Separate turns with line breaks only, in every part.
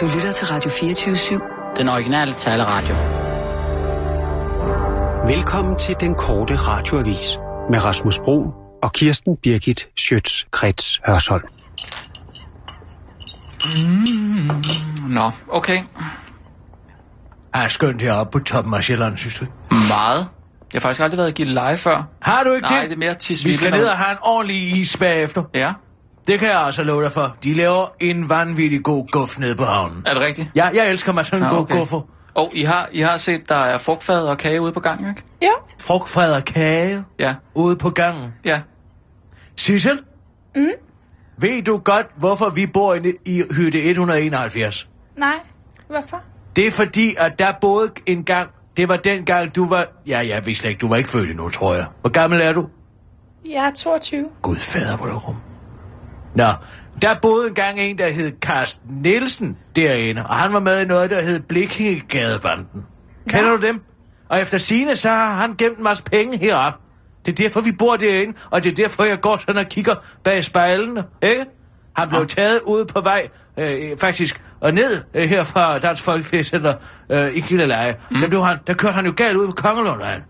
Du lytter til Radio 24-7.
Den originale taleradio.
Velkommen til den korte radioavis med Rasmus Bro og Kirsten Birgit Schøtz-Krets Hørsholm.
Mm, nå, okay.
Er det Ah, skønt heroppe på toppen af Sjælland, synes du?
Meget. Jeg har faktisk aldrig været i Gilleleje før.
Har du ikke
Nej,
det?
det er mere til
Vi skal ned og have en ordentlig is bagefter.
Ja,
Det kan jeg altså love dig for. De laver en vanvittig god guff nede på havnen.
er det rigtigt?
Ja, jeg elsker mig sådan en
Nå,
god guffer.
Og I har, I har set, der er frugtfad og kage ude på gangen, ikke?
Ja.
Frugtfred og kage
Ja,
ude på gangen.
ja.
Sissel? Mm? Ved du godt, hvorfor vi bor inde i hytte 171?
Nej. Hvorfor?
Det er fordi, at der boede en gang... Det var den gang, du var... Ja, jeg ved slet ikke, du var ikke født endnu, tror jeg. Hvor gammel er du?
Jeg er 22.
Gud fader, hvor er der rum. Nå, der boede engang en, der hed Carsten Nielsen derinde, og han var med i noget, der hed Blikkingegadebanden. Kender du dem? Og efter sine så har han gemt en masse penge heroppe. Det er derfor, vi bor derinde, og det er derfor, jeg går sådan og kigger bag spejlene, ikke? Han blev taget ude på vej, øh, faktisk, og ned øh, her fra Dansk Folkefæscenter øh, i Gilleleje. Mm. Der, blev han, der kørte han jo galt ud på Kongelundvejen,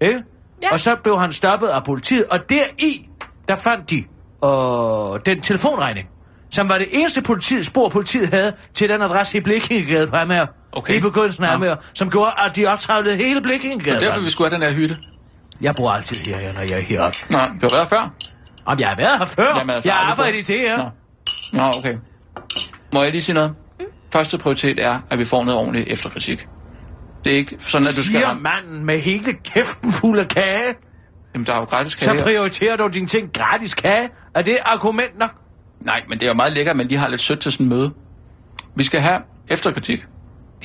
ikke?
Ja.
Og så blev han stoppet af politiet, og deri, der fandt de øh, den telefonregning, som var det eneste politiet, spor politiet havde til den adresse i Blikkingegade på Amager.
Okay.
Lige begyndelsen af
Ja.
Amager, som gjorde, at de optravlede hele Blikkingegade.
Og derfor vi skulle have den her hytte.
Jeg bor altid her, når jeg er heroppe.
Nå, du har været før.
Om jeg har været her før?
Jamen, altså,
jeg
aldrig
arbejder i
før.
det her.
Nå. Nå, okay. Må jeg lige sige noget? Første prioritet er, at vi får noget ordentligt efterkritik. Det er ikke sådan, at du skal...
Siger
ramme-
manden med hele kæften fuld af kage,
Jamen, der er jo gratis kage.
så prioriterer du dine ting gratis kage. Er det argument nok?
Nej, men det er jo meget lækkert, at man lige har lidt sødt til sådan en møde. Vi skal have efterkritik.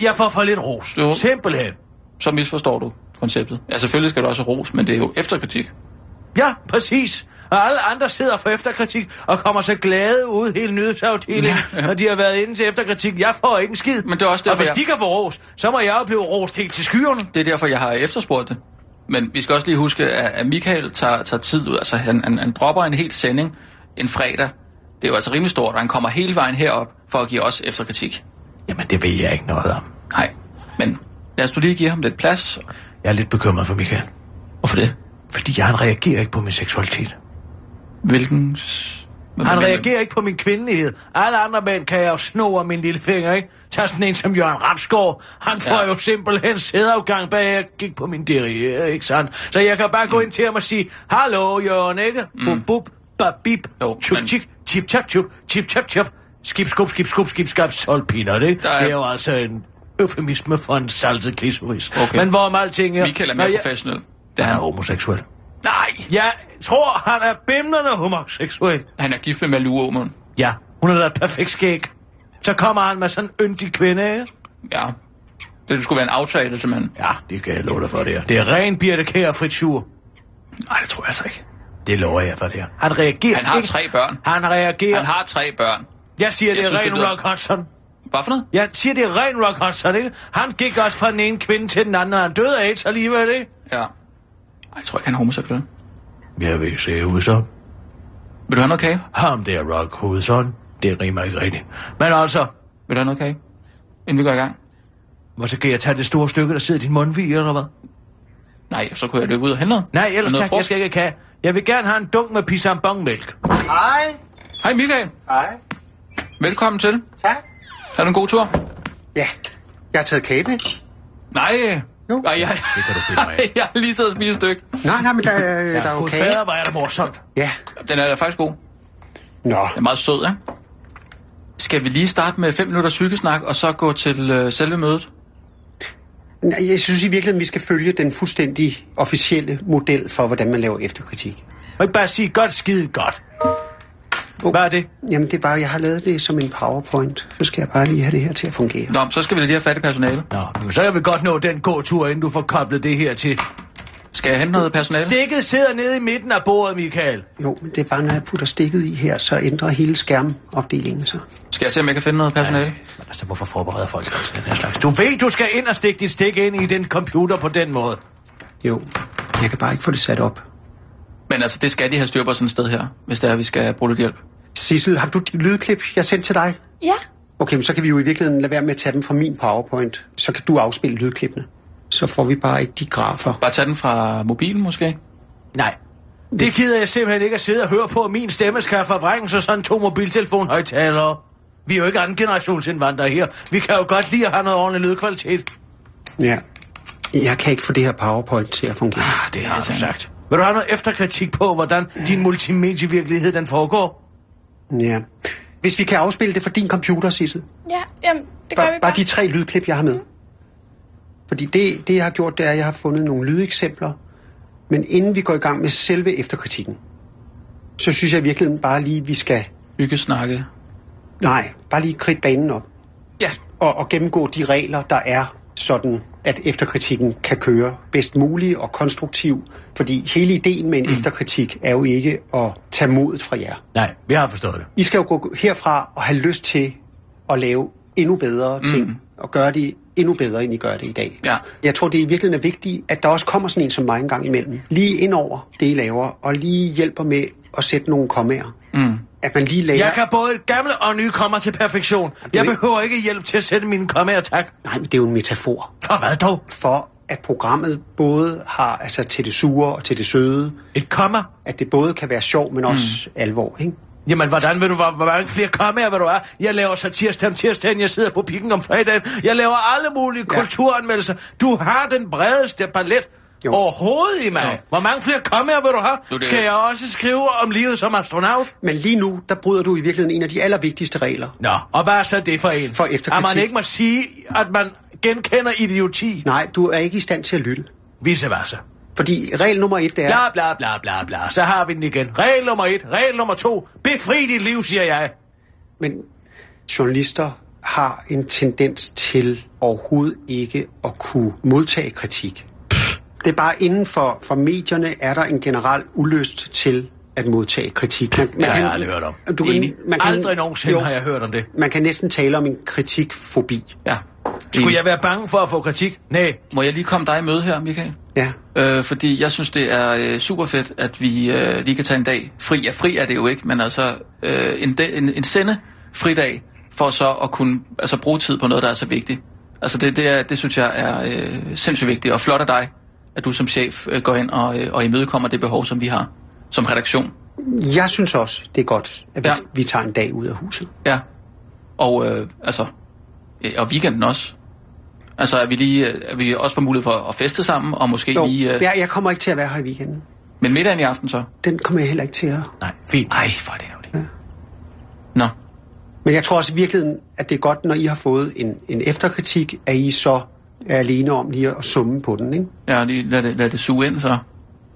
Jeg får for lidt ros.
Jo.
Simpelthen.
Så misforstår du konceptet. Ja, selvfølgelig skal du også have ros, men det er jo efterkritik.
Ja, præcis. Og alle andre sidder for efterkritik og kommer så glade ud hele nyhedsafdelingen,
Ja,
ja,
ja.
ja. når de har været inde til efterkritik. Jeg får ikke en skid.
Men det er også
og
derfor,
hvis
jeg-
de kan få ros, så må jeg jo blive rost helt til skyerne.
Det er derfor, jeg har efterspurgt det. Men vi skal også lige huske, at at Michael tager, tager tid ud. Altså, han, han, han dropper en hel sending en fredag. Det er jo altså rimelig stort, og han kommer hele vejen herop for at give os efterkritik.
Jamen, det ved jeg ikke noget om.
Nej, men lad os nu lige give ham lidt plads.
Jeg er lidt bekymret for Michael,
Hvorfor det?
fordi han reagerer ikke på min seksualitet.
Hvilken... s- hvem-
Han
hvem-
reagerer ikke på min kvindelighed. Alle andre mænd kan jeg jo sno af min lille finger, ikke? Tag sådan en som Jørgen Ramsgaard. Han får
Ja.
ja. jo simpelthen sædeafgang bag, jeg gik på min derriere, ikke sandt? Så jeg kan bare gå ind til ham og sige, Hallo, Jørgen, ikke? Bub, bub, babib,
Mm. Jo,
tjup,
men-
tjik, tip, tap, tjup, tip, tap, tjup, skib, skub, skib, skub, skib, skab, solgt peanut, ikke?
Der er-
Det er jo altså en eufemisme for en saltet klitoris.
Okay.
Men hvorom alting er...
Michael er
Når
mere
jeg-
professionel. Det er
Han er
han.
homoseksuel.
Nej,
Jeg tror, han er bimlende homoseksuel.
han er gift med Malou Aumund.
Ja, hun har da et perfekt skæg. Så kommer han med sådan en yndig kvinde, ikke?
Ja. Det skulle være en aftale, simpelthen.
Ja, det kan jeg love dig for, det her. Det er ren Birte Kjær fritsur.
Nej, det tror jeg altså ikke.
Det lover jeg for det her. Han reagerer
Han har
ikke.
tre børn.
Han reagerer.
Han har tre børn.
Jeg siger, det
Jeg
er
synes,
ren
det lyder-
Rock Hudson.
Hvad for noget?
Jeg siger, det er ren Rock Hudson, ikke? Han gik også fra den ene kvinde til den anden, og han døde af AIDS alligevel, ikke?
Ja. Ej, jeg tror ikke, han er homoseksuel.
Jeg vil se Hudson.
Vil du have noget kage?
Ham der Rock Hudson. Det rimer ikke rigtigt. Men altså,
Vil du have noget kage? Inden vi går i gang?
hvor så kan jeg tage det store stykke, der sidder i din mundvig, eller hvad?
Nej, så kunne jeg løbe ud og hente noget.
Nej, ellers
Noget
tak,
frugt.
jeg skal ikke have. Jeg vil gerne have en dunk med pisambongmælk.
Hej.
Hej Michael,
Hej.
velkommen til.
Tak.
Har du en god tur?
Ja, jeg har taget kage med.
Nej.
Jo.
Nej, jeg,
Det kan du finde mig af.
jeg har lige siddet og spist et stykke.
Nej, nej, men der, er- der er jo
Gud
kage.
fader, hvor er det morsomt.
Ja.
Den er faktisk god.
Nå.
Den er meget sød, ikke? Skal vi lige starte med 5 minutter psykesnak, og så gå til øh, selve mødet?
Nej, Jeg synes i virkeligheden, vi skal følge den fuldstændig officielle model for, hvordan man laver efterkritik.
Må ikke bare sige godt skide godt. Hvad er det?
Jamen, det er bare, jeg har lavet det som en powerpoint. Så skal jeg bare lige have det her til at fungere.
Nå, så skal vi da lige have fat i personalet.
Nå, men så kan vi godt nå den gåtur, inden du får koblet det her til.
Skal jeg hente noget personale?
Stikket sidder nede i midten af bordet, Michael.
Jo, men det er bare, når jeg putter stikket i her, så ændrer hele skærmopdelingen sig.
Skal jeg se, om jeg kan finde noget personale?
Men altså, hvorfor forbereder folk sig til den her slags? Du ved, du skal ind og stikke dit stik ind i den computer på den måde.
Jo, jeg kan bare ikke få det sat op.
Men altså, det skal de have styr på sådan et sted her, hvis det er, vi skal bruge lidt hjælp.
Sissel, har du de lydklip, jeg sendte til dig?
Ja.
Okay, men så kan vi jo i virkeligheden lade være med at tage dem fra min PowerPoint. Så kan du afspille lydklippene. Så får vi bare ikke de grafer.
Bare tage den fra mobilen måske.
Nej. Det gider jeg simpelthen ikke at sidde og høre på, at min stemme skal forvrænge sig sådan to mobiltelefonhøjtalere. Vi er jo ikke anden generationsindvandrere her. Vi kan jo godt lide at have noget ordentlig lydkvalitet.
Ja. Jeg kan ikke få det her PowerPoint til at fungere.
Ah, det har du sagt. Vil du have noget efterkritik på, hvordan din multimedievirkelighed den foregår?
Ja. Hvis vi kan afspille det fra din computer, Sissel.
Ja, jamen, det gør
Bare,
vi
bare
bare.
de tre lydklip, jeg har med. Fordi det, det, jeg har gjort, det er, at jeg har fundet nogle lydeksempler. Men inden vi går i gang med selve efterkritikken, så synes jeg i virkeligheden bare lige, vi skal...
Hyggesnakke.
Nej, bare lige kridte banen op.
Ja,
og, og gennemgå de regler, der er, sådan at efterkritikken kan køre bedst muligt og konstruktiv. Fordi hele ideen med en mm. efterkritik er jo ikke at tage modet fra jer.
Nej, vi har forstået det.
I skal jo gå herfra og have lyst til at lave endnu bedre ting, og gøre det endnu bedre, end I gør det i dag.
Ja.
Jeg tror, det i virkeligheden er vigtigt, at der også kommer sådan en som mig en gang imellem. Lige ind over det, I laver, og lige hjælper med at sætte nogle kommaer. Mm. At man lige lærer...
Jeg kan både gamle og nye kommer til perfektion. Jeg behøver ikke hjælp til at sætte mine kommer tak.
Nej, men det er jo en metafor.
For hvad dog?
for, at programmet både har altså, til det sure og til det søde,
Et komma?
at det både kan være sjov, men også mm. alvor, ikke?
Jamen, hvordan vil du, hvor, hvor mange flere kommer vil du er? Jeg laver satirsdag om tirsdagen, jeg sidder på pikken om fredagen. Jeg laver alle mulige ja.
Ja.
kulturanmeldelser. Du har den bredeste palet
Jo.
overhovedet i mig.
Ja.
Hvor mange flere kommer vil du
Nu er
have?
det-
Skal jeg også skrive om livet som astronaut?
Men lige nu, der bryder du i virkeligheden en af de allervigtigste regler.
Nå, og hvad er så det for en?
For efterkritik.
At man ikke må sige, at man genkender idioti.
Nej, du er ikke i stand til at lytte.
Vice versa.
Fordi regel nummer et, det er...
Bla, bla, bla, bla, bla. Så har vi den igen. Regel nummer et, regel nummer to. Befri dit liv, siger jeg.
Men journalister har en tendens til overhovedet ikke at kunne modtage kritik. Det er bare inden for, for medierne, er der en generel ulyst til at modtage kritik. Man, man
Det har jeg aldrig hørt om.
Du kan, man kan,
Aldrig nogensinde
jo,
har jeg hørt om det.
Man kan næsten tale om en kritikfobi.
ja.
Skulle jeg være bange for at få kritik? Nej.
Må jeg lige komme dig i møde her, Michael?
Ja.
Øh, fordi jeg synes, det er øh, super fedt, at vi øh, lige kan tage en dag fri. Ja, fri er det jo ikke, men altså øh, en, dag- en, en sende fridag for så at kunne altså, bruge tid på noget, der er så vigtigt. Altså det, det, er, det synes jeg er øh, sindssygt vigtigt, og flot af dig, at du som chef øh, går ind og, øh, og imødekommer det behov, som vi har som redaktion.
Jeg synes også, det er godt, at vi,
Ja.
ja. vi tager en dag ud af huset.
Ja. Og øh, altså, øh, og weekenden også. Altså at vi, lige, øh, at vi også får mulighed for at feste sammen, og måske
Jo,
lige... Øh,
jeg, jeg kommer ikke til at være her i weekenden.
Men middagen i aften så?
Den kommer jeg heller ikke til at...
Nej, fint.
Ej, hvor er det ærgerligt. Ja. Nå,
Men jeg tror også i virkeligheden, at det er godt, når I har fået en, en efterkritik, at I så er alene om lige at summe på den, ikke?
ja, lige lad det, lad det suge ind så.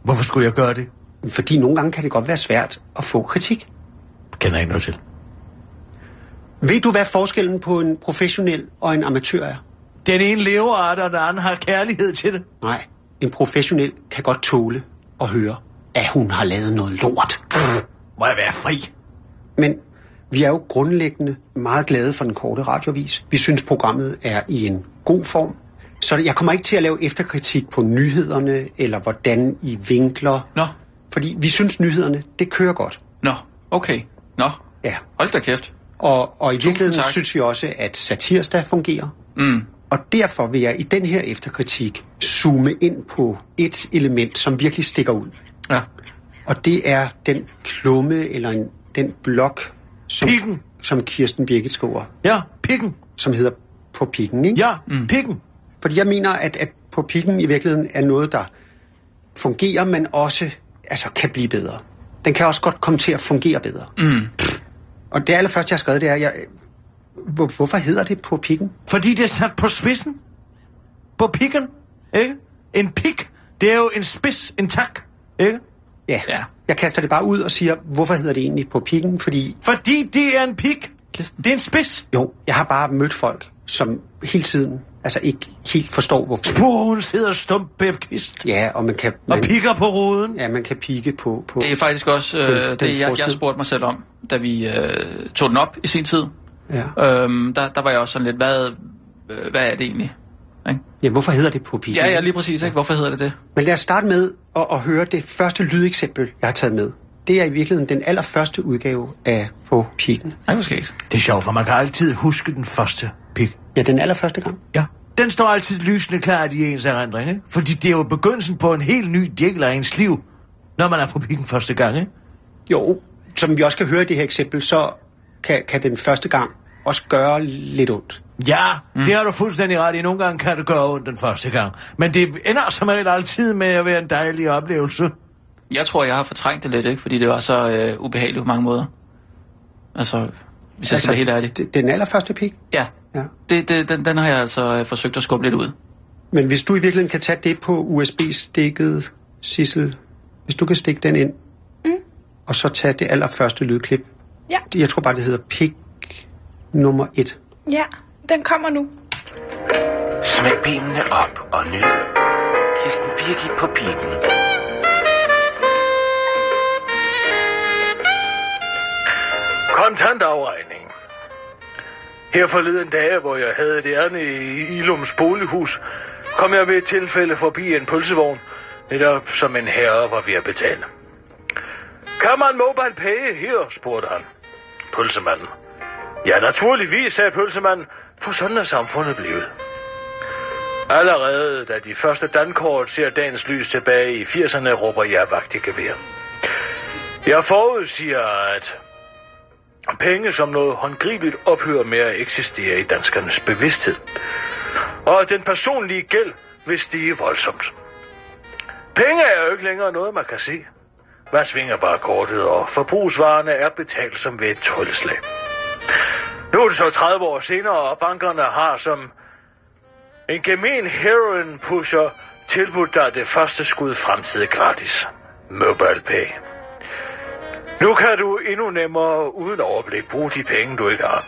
Hvorfor skulle jeg gøre det?
Fordi nogle gange kan det godt være svært at få kritik.
Kender jeg ikke noget til.
Ved du, hvad forskellen på en professionel og en amatør er?
Den ene lever af det, og den anden har kærlighed til det.
Nej, en professionel kan godt tåle at høre, at hun har lavet noget lort.
Må jeg være fri?
Men vi er jo grundlæggende meget glade for den korte radiovis. Vi synes, programmet er i en god form. Så jeg kommer ikke til at lave efterkritik på nyhederne, eller hvordan I vinkler.
Nå.
Fordi vi synes, nyhederne, det kører godt.
Nå, okay. Nå,
Ja.
hold da kæft.
Og, og i virkeligheden
tak.
synes vi også, at satirsdag fungerer. Mm. Og derfor vil jeg i den her efterkritik zoome ind på et element, som virkelig stikker ud.
Ja.
Og det er den klumme, eller en, den blok, som,
Pikken.
som Kirsten Birgit skriver
Ja, pikken.
som hedder På Pikken. Ikke?
Ja, mm. pikken.
Fordi jeg mener, at, at På Pikken i virkeligheden er noget, der fungerer, men også altså, kan blive bedre. Den kan også godt komme til at fungere bedre. Mm. Og det allerførste, jeg har skrevet, det er, jeg, hvor, hvorfor hedder det På Pikken?
Fordi det er sat på spidsen. På pikken. Ikke? En pik, det er jo en spids, en tak. Ikke?
Ja.
Ja.
Jeg kaster det bare ud og siger, hvorfor hedder det egentlig På Pikken? Fordi
Fordi det er en pik.
Kirsten.
Det er en spids.
jo, jeg har bare mødt folk, som hele tiden altså ikke helt forstår, hvorfor.
Spur, hun sidder stump bæbkist.
Ja, og man kan,
Og
man,
pikker på ruden.
ja, man kan pigge på... på
Det er faktisk også øh,
Den-
det,
den
jeg, jeg
forskel.
spurgte mig selv om, da vi øh, tog den op i sin tid.
ja.
Øhm, der, der var jeg også sådan lidt, hvad, øh, hvad er det egentlig? Ikke?
ja, hvorfor hedder det På Pikken?
Ja, ja, lige præcis. Ikke? Hvorfor hedder det det?
Men lad os starte med at, at høre det første lydeksempel, jeg har taget med. det er i virkeligheden den allerførste udgave af På Pikken.
Nej, måske ikke.
Det er sjovt, for man kan altid huske den første pik.
Ja, den allerførste gang.
Ja. Den står altid lysende klart i ens erindring, ikke? Fordi det er jo begyndelsen på en helt ny del af ens liv, når man er på pikken første gang, ikke?
Jo, som vi også kan høre i det her eksempel, så kan, kan den første gang også gøre lidt ondt.
Ja, mm. det har du fuldstændig ret i. Nogle gange kan det gøre ondt den første gang. Men det ender som regel altid med at være en dejlig oplevelse.
Jeg tror, jeg har fortrængt det lidt, ikke? Fordi det var så øh, ubehageligt på mange måder. Altså, hvis jeg skal være helt ærlig.
d- Altså, Den allerførste pik.
Ja,
Ja.
det, det, den, den har jeg altså øh, forsøgt at skubbe lidt ud.
Men hvis du i virkeligheden kan tage det på USB-stikket, Sissel, hvis du kan stikke den ind, mm. og så tage det allerførste lydklip.
Ja.
Jeg tror bare, det hedder pik nummer et.
Ja, den kommer nu.
Smæk benene op og nyd. Kirsten Birgit på pikken.
kontantafregning. Her forleden dag, hvor jeg havde det ærne i Ilums bolighus, kom jeg ved et tilfælde forbi en pølsevogn, netop som en herre var ved at betale. Kan man mobile pay her, spurgte han. Pølsemanden. Ja, naturligvis, sagde pølsemanden, for sådan er samfundet blevet. Allerede da de første dankort ser dagens lys tilbage i 80'erne, råber jeg vagt i gevær. Jeg forudsiger, at Penge som noget håndgribeligt ophører med at eksistere i danskernes bevidsthed. Og den personlige gæld vil stige voldsomt. Penge er jo ikke længere noget, man kan se. Man svinger bare kortet, og forbrugsvarerne er betalt som ved et trylleslag. Nu er det så 30 år senere, og bankerne har som en gemen heroin pusher tilbudt dig det første skud fremtid gratis. Mobile Pay. Nu kan du endnu nemmere uden overblik bruge de penge, du ikke har.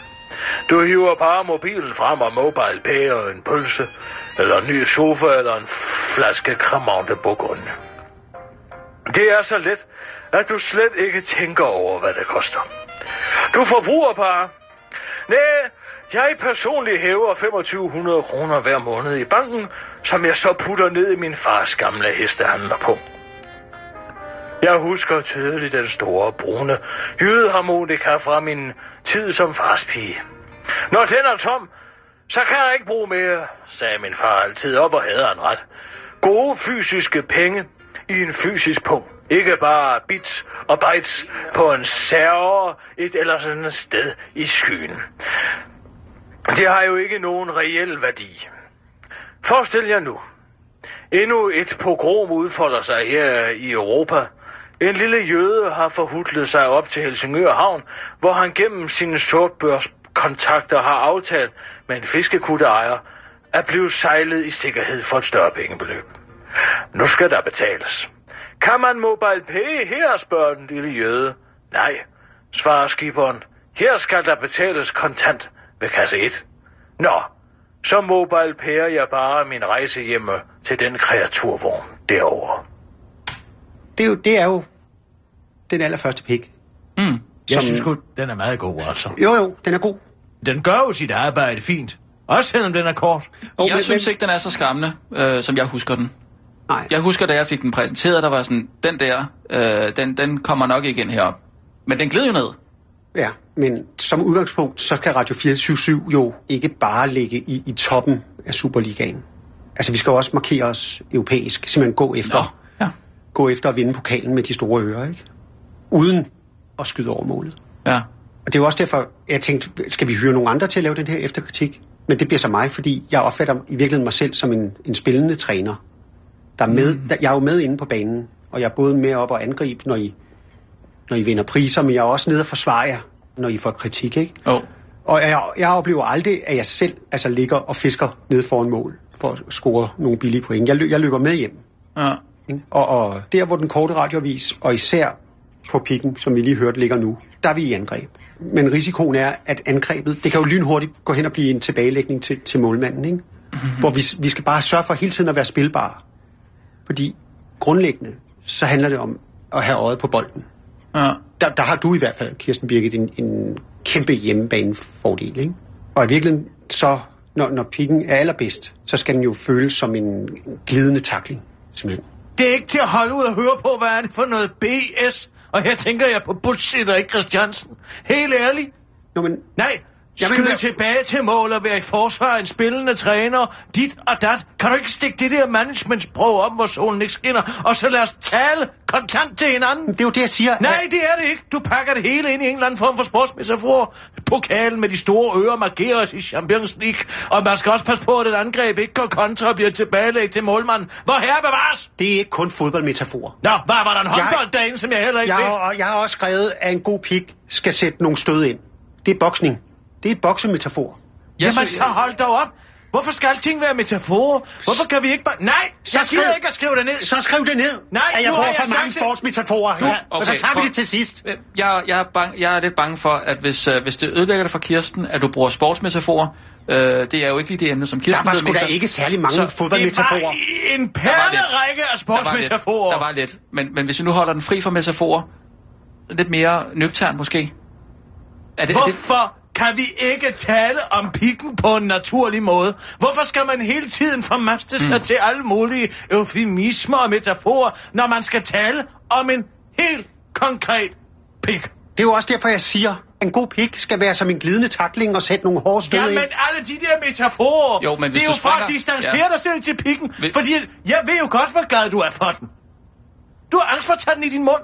Du hiver bare mobilen frem og mobile pay og en pølse, eller en ny sofa, eller en flaske Cremante Bourgogne. Det er så let, at du slet ikke tænker over, hvad det koster. Du forbruger bare. Nej, jeg personligt hæver 2500 kroner hver måned i banken, som jeg så putter ned i min fars gamle hestehandler på. Jeg husker tydeligt den store brune jydeharmonika fra min tid som farspige. Når den er tom, så kan jeg ikke bruge mere, sagde min far altid op og havde han ret. Gode fysiske penge i en fysisk punkt. Ikke bare bits og bytes på en server et eller andet sted i skyen. Det har jo ikke nogen reel værdi. Forestil jer nu, Endnu et pogrom udfolder sig her i Europa. En lille jøde har forhudlet sig op til Helsingør Havn, hvor han gennem sine sortbørskontakter har aftalt med en fiskekutteejer at blive sejlet i sikkerhed for et større pengebeløb. Nu skal der betales. Kan man mobile pay her, spørger den lille jøde. Nej, svarer skiberen. Her skal der betales kontant ved kasse 1. Nå, så mobile pærer jeg bare min rejse hjemme til den kreaturvogn derovre.
Det er jo, det er jo den allerførste pik.
Jeg synes godt, den er meget god, altså.
Jo, jo, den er god.
Den gør jo sit arbejde fint. Også selvom den er kort.
Oh,
jeg synes ikke, den er så skræmmende, øh, som jeg husker den.
Nej.
Jeg husker, da jeg fik den præsenteret, der var sådan, den der, øh, den, den kommer nok igen herop. Men den gled jo ned.
Ja, men som udgangspunkt, så kan Radio 477 jo ikke bare ligge i, i toppen af Superligaen. Altså, vi skal jo også markere os europæisk, simpelthen gå efter,
Nå, ja.
gå efter at vinde pokalen med de store ører, ikke? Uden at skyde over målet.
Ja.
Og det er jo også derfor, jeg tænkte, skal vi hyre nogle andre til at lave den her efterkritik? Men det bliver så mig, fordi jeg opfatter i virkeligheden mig selv som en, en spillende træner. Der er med, der, jeg er jo med inde på banen, og jeg er både med op og angribe, når I, når I vinder priser, men jeg er også nede og forsvarer jer, når I får kritik, ikke?
Oh.
Og jeg, jeg oplever aldrig, at jeg selv altså, ligger og fisker nede foran mål for at score nogle billige point. Jeg, lø, jeg løber med hjem.
Ja.
Ikke? Og, og der, hvor den korte radiovis, og især på pikken, som vi lige hørte, ligger nu, der er vi i angreb. Men risikoen er, at angrebet, det kan jo lynhurtigt gå hen og blive en tilbagelægning til, til målmanden, ikke? hvor vi, vi skal bare sørge for hele tiden at være spilbare. Fordi grundlæggende, så handler det om at have øjet på bolden.
Ja.
Der, der har du i hvert fald, Kirsten Birgit, en, en kæmpe hjemmebanefordel, ikke? Og i virkeligheden, så, når, når pikken er allerbedst, så skal den jo føles som en glidende takling, simpelthen.
Det er ikke til at holde ud og høre på, hvad er det for noget BS?
Og her tænker jeg på bullshit og ikke Christiansen. Helt ærligt.
Nå, men
Nej,
Jamen,
skyd Jamen,
hvad-
tilbage til mål og være i forsvar en spillende træner, dit og dat. Kan du ikke stikke det der managementsprog om, hvor solen ikke skinner, og så lad os tale kontant til hinanden?
det er jo det, jeg siger.
Nej, det er det ikke. Du pakker det hele ind i en eller anden form for sportsmetafor. Pokalen med de store ører markeres i Champions League, og man skal også passe på, at et angreb ikke går kontra og bliver tilbagelæg til målmanden. Hvor herre bevares!
Det er ikke kun fodboldmetaforer.
Nå, var, var der en håndbold derinde, som jeg heller ikke
Jeg
fik?
har, og jeg har også skrevet, at en god pik skal sætte nogle stød ind. Det er boksning. Det er et boksemetafor.
Jeg
Jamen
synes-
så hold dog op. Hvorfor skal alting være metaforer? Hvorfor kan vi ikke bare... Nej, så jeg gider
skriv-
ikke at skrive det ned.
Så skriv det ned,
Nej,
at jeg
nu har
bruger
jeg
for
sagt
mange
det.
sportsmetaforer. Ja, og så
okay,
tager vi
prøv.
det til sidst.
Øh, Jeg, jeg, er bang, jeg er lidt bange for, at hvis, øh, hvis det ødelægger dig for Kirsten, at du bruger sportsmetaforer, øh, det er jo ikke lige det emne, som Kirsten
Der var
ved
sgu
mest
da
om.
ikke særlig mange
Så-
Det var
fodboldmetaforer.
en
lidt.
perlerække af
Der var lidt.
sportsmetaforer.
Der var lidt. Men, men hvis vi nu holder den fri for metaforer, lidt mere nøgtern måske. Er det, er det,
Hvorfor kan vi ikke tale om pikken på en naturlig måde? Hvorfor skal man hele tiden formaste sig mm. til alle mulige eufemismer og metaforer, når man skal tale om en helt konkret pik?
Det er jo også derfor, jeg siger, at en god pik skal være som en glidende takling og sætte nogle hårde stød
Ja, men
ind.
alle de der metaforer,
Jo, men hvis
det er
du
jo for at
springer-
distancere
Ja.
dig selv til pikken,
Vil-
fordi jeg ved jo godt, hvor glad du er for den. Du har angst for at tage den i din mund,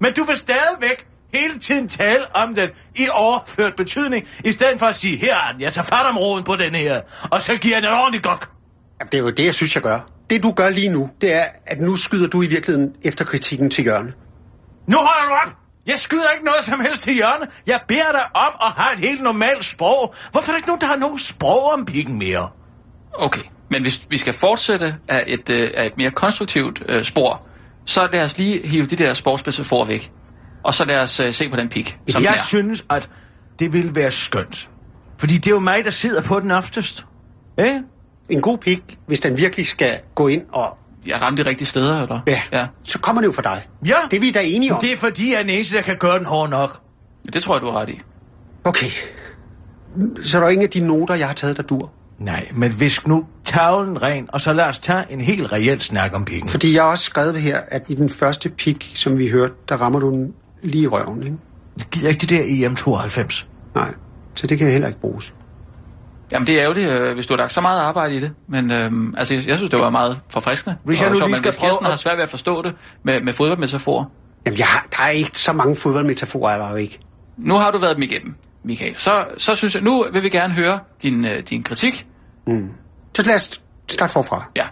men du vil stadigvæk hele tiden tale om den i overført betydning, i stedet for at sige, her er den, jeg tager fat om roden på den her, og så giver jeg den en ordentlig gok.
Jamen, Det er jo det, jeg synes, jeg gør. Det, du gør lige nu, det er, at nu skyder du i virkeligheden efter kritikken til hjørne.
Nu holder du op! Jeg skyder ikke noget som helst til hjørne. Jeg beder dig om at have et helt normalt sprog. Hvorfor er der ikke nogen, der har nogen sprog om pikken mere?
okay, men hvis vi skal fortsætte af et, øh, af et mere konstruktivt øh, spor, så lad os lige hive de der sportsmetaforer væk. Og så lad os øh, se på den pik, som den
jeg
er.
synes, at det ville være skønt. Fordi det er jo mig, der sidder på den oftest. Ikke?
En god pik, hvis den virkelig skal gå ind og...
Jeg ramte de rigtige steder, eller?
Ja,
ja.
ja. så kommer det jo fra dig.
Ja.
Det er vi da enige om.
Det er fordi, jeg er den eneste, der kan gøre den hård nok.
Det tror jeg, du har ret i.
Okay. Så er der ingen af de noter, jeg har taget, der dur.
Nej, men visk nu tavlen ren, og så lad os tage en helt reel snak om pikken.
Fordi jeg har også skrevet her, at i den første pik, som vi hørte, der rammer du den lige i røven, ikke?
Jeg gider ikke det der E EM92.
Nej, så det kan heller ikke bruges.
Jamen, det er ærgerligt, øh, hvis du har lagt så meget arbejde i det. Men øhm, altså, jeg, jeg synes, det var meget forfriskende.
Hvis jeg
Og
nu
så,
lige
men
skal
hvis Kirsten
prøve
har
at-
svært ved at forstå det med, med fodboldmetaforer.
Jamen, jeg har, der er ikke så mange fodboldmetaforer, er der jo ikke.
Nu har du været dem igennem, Michael. Så, så synes jeg, nu vil vi gerne høre din, øh, din kritik.
Så lad os starte forfra.
Ja.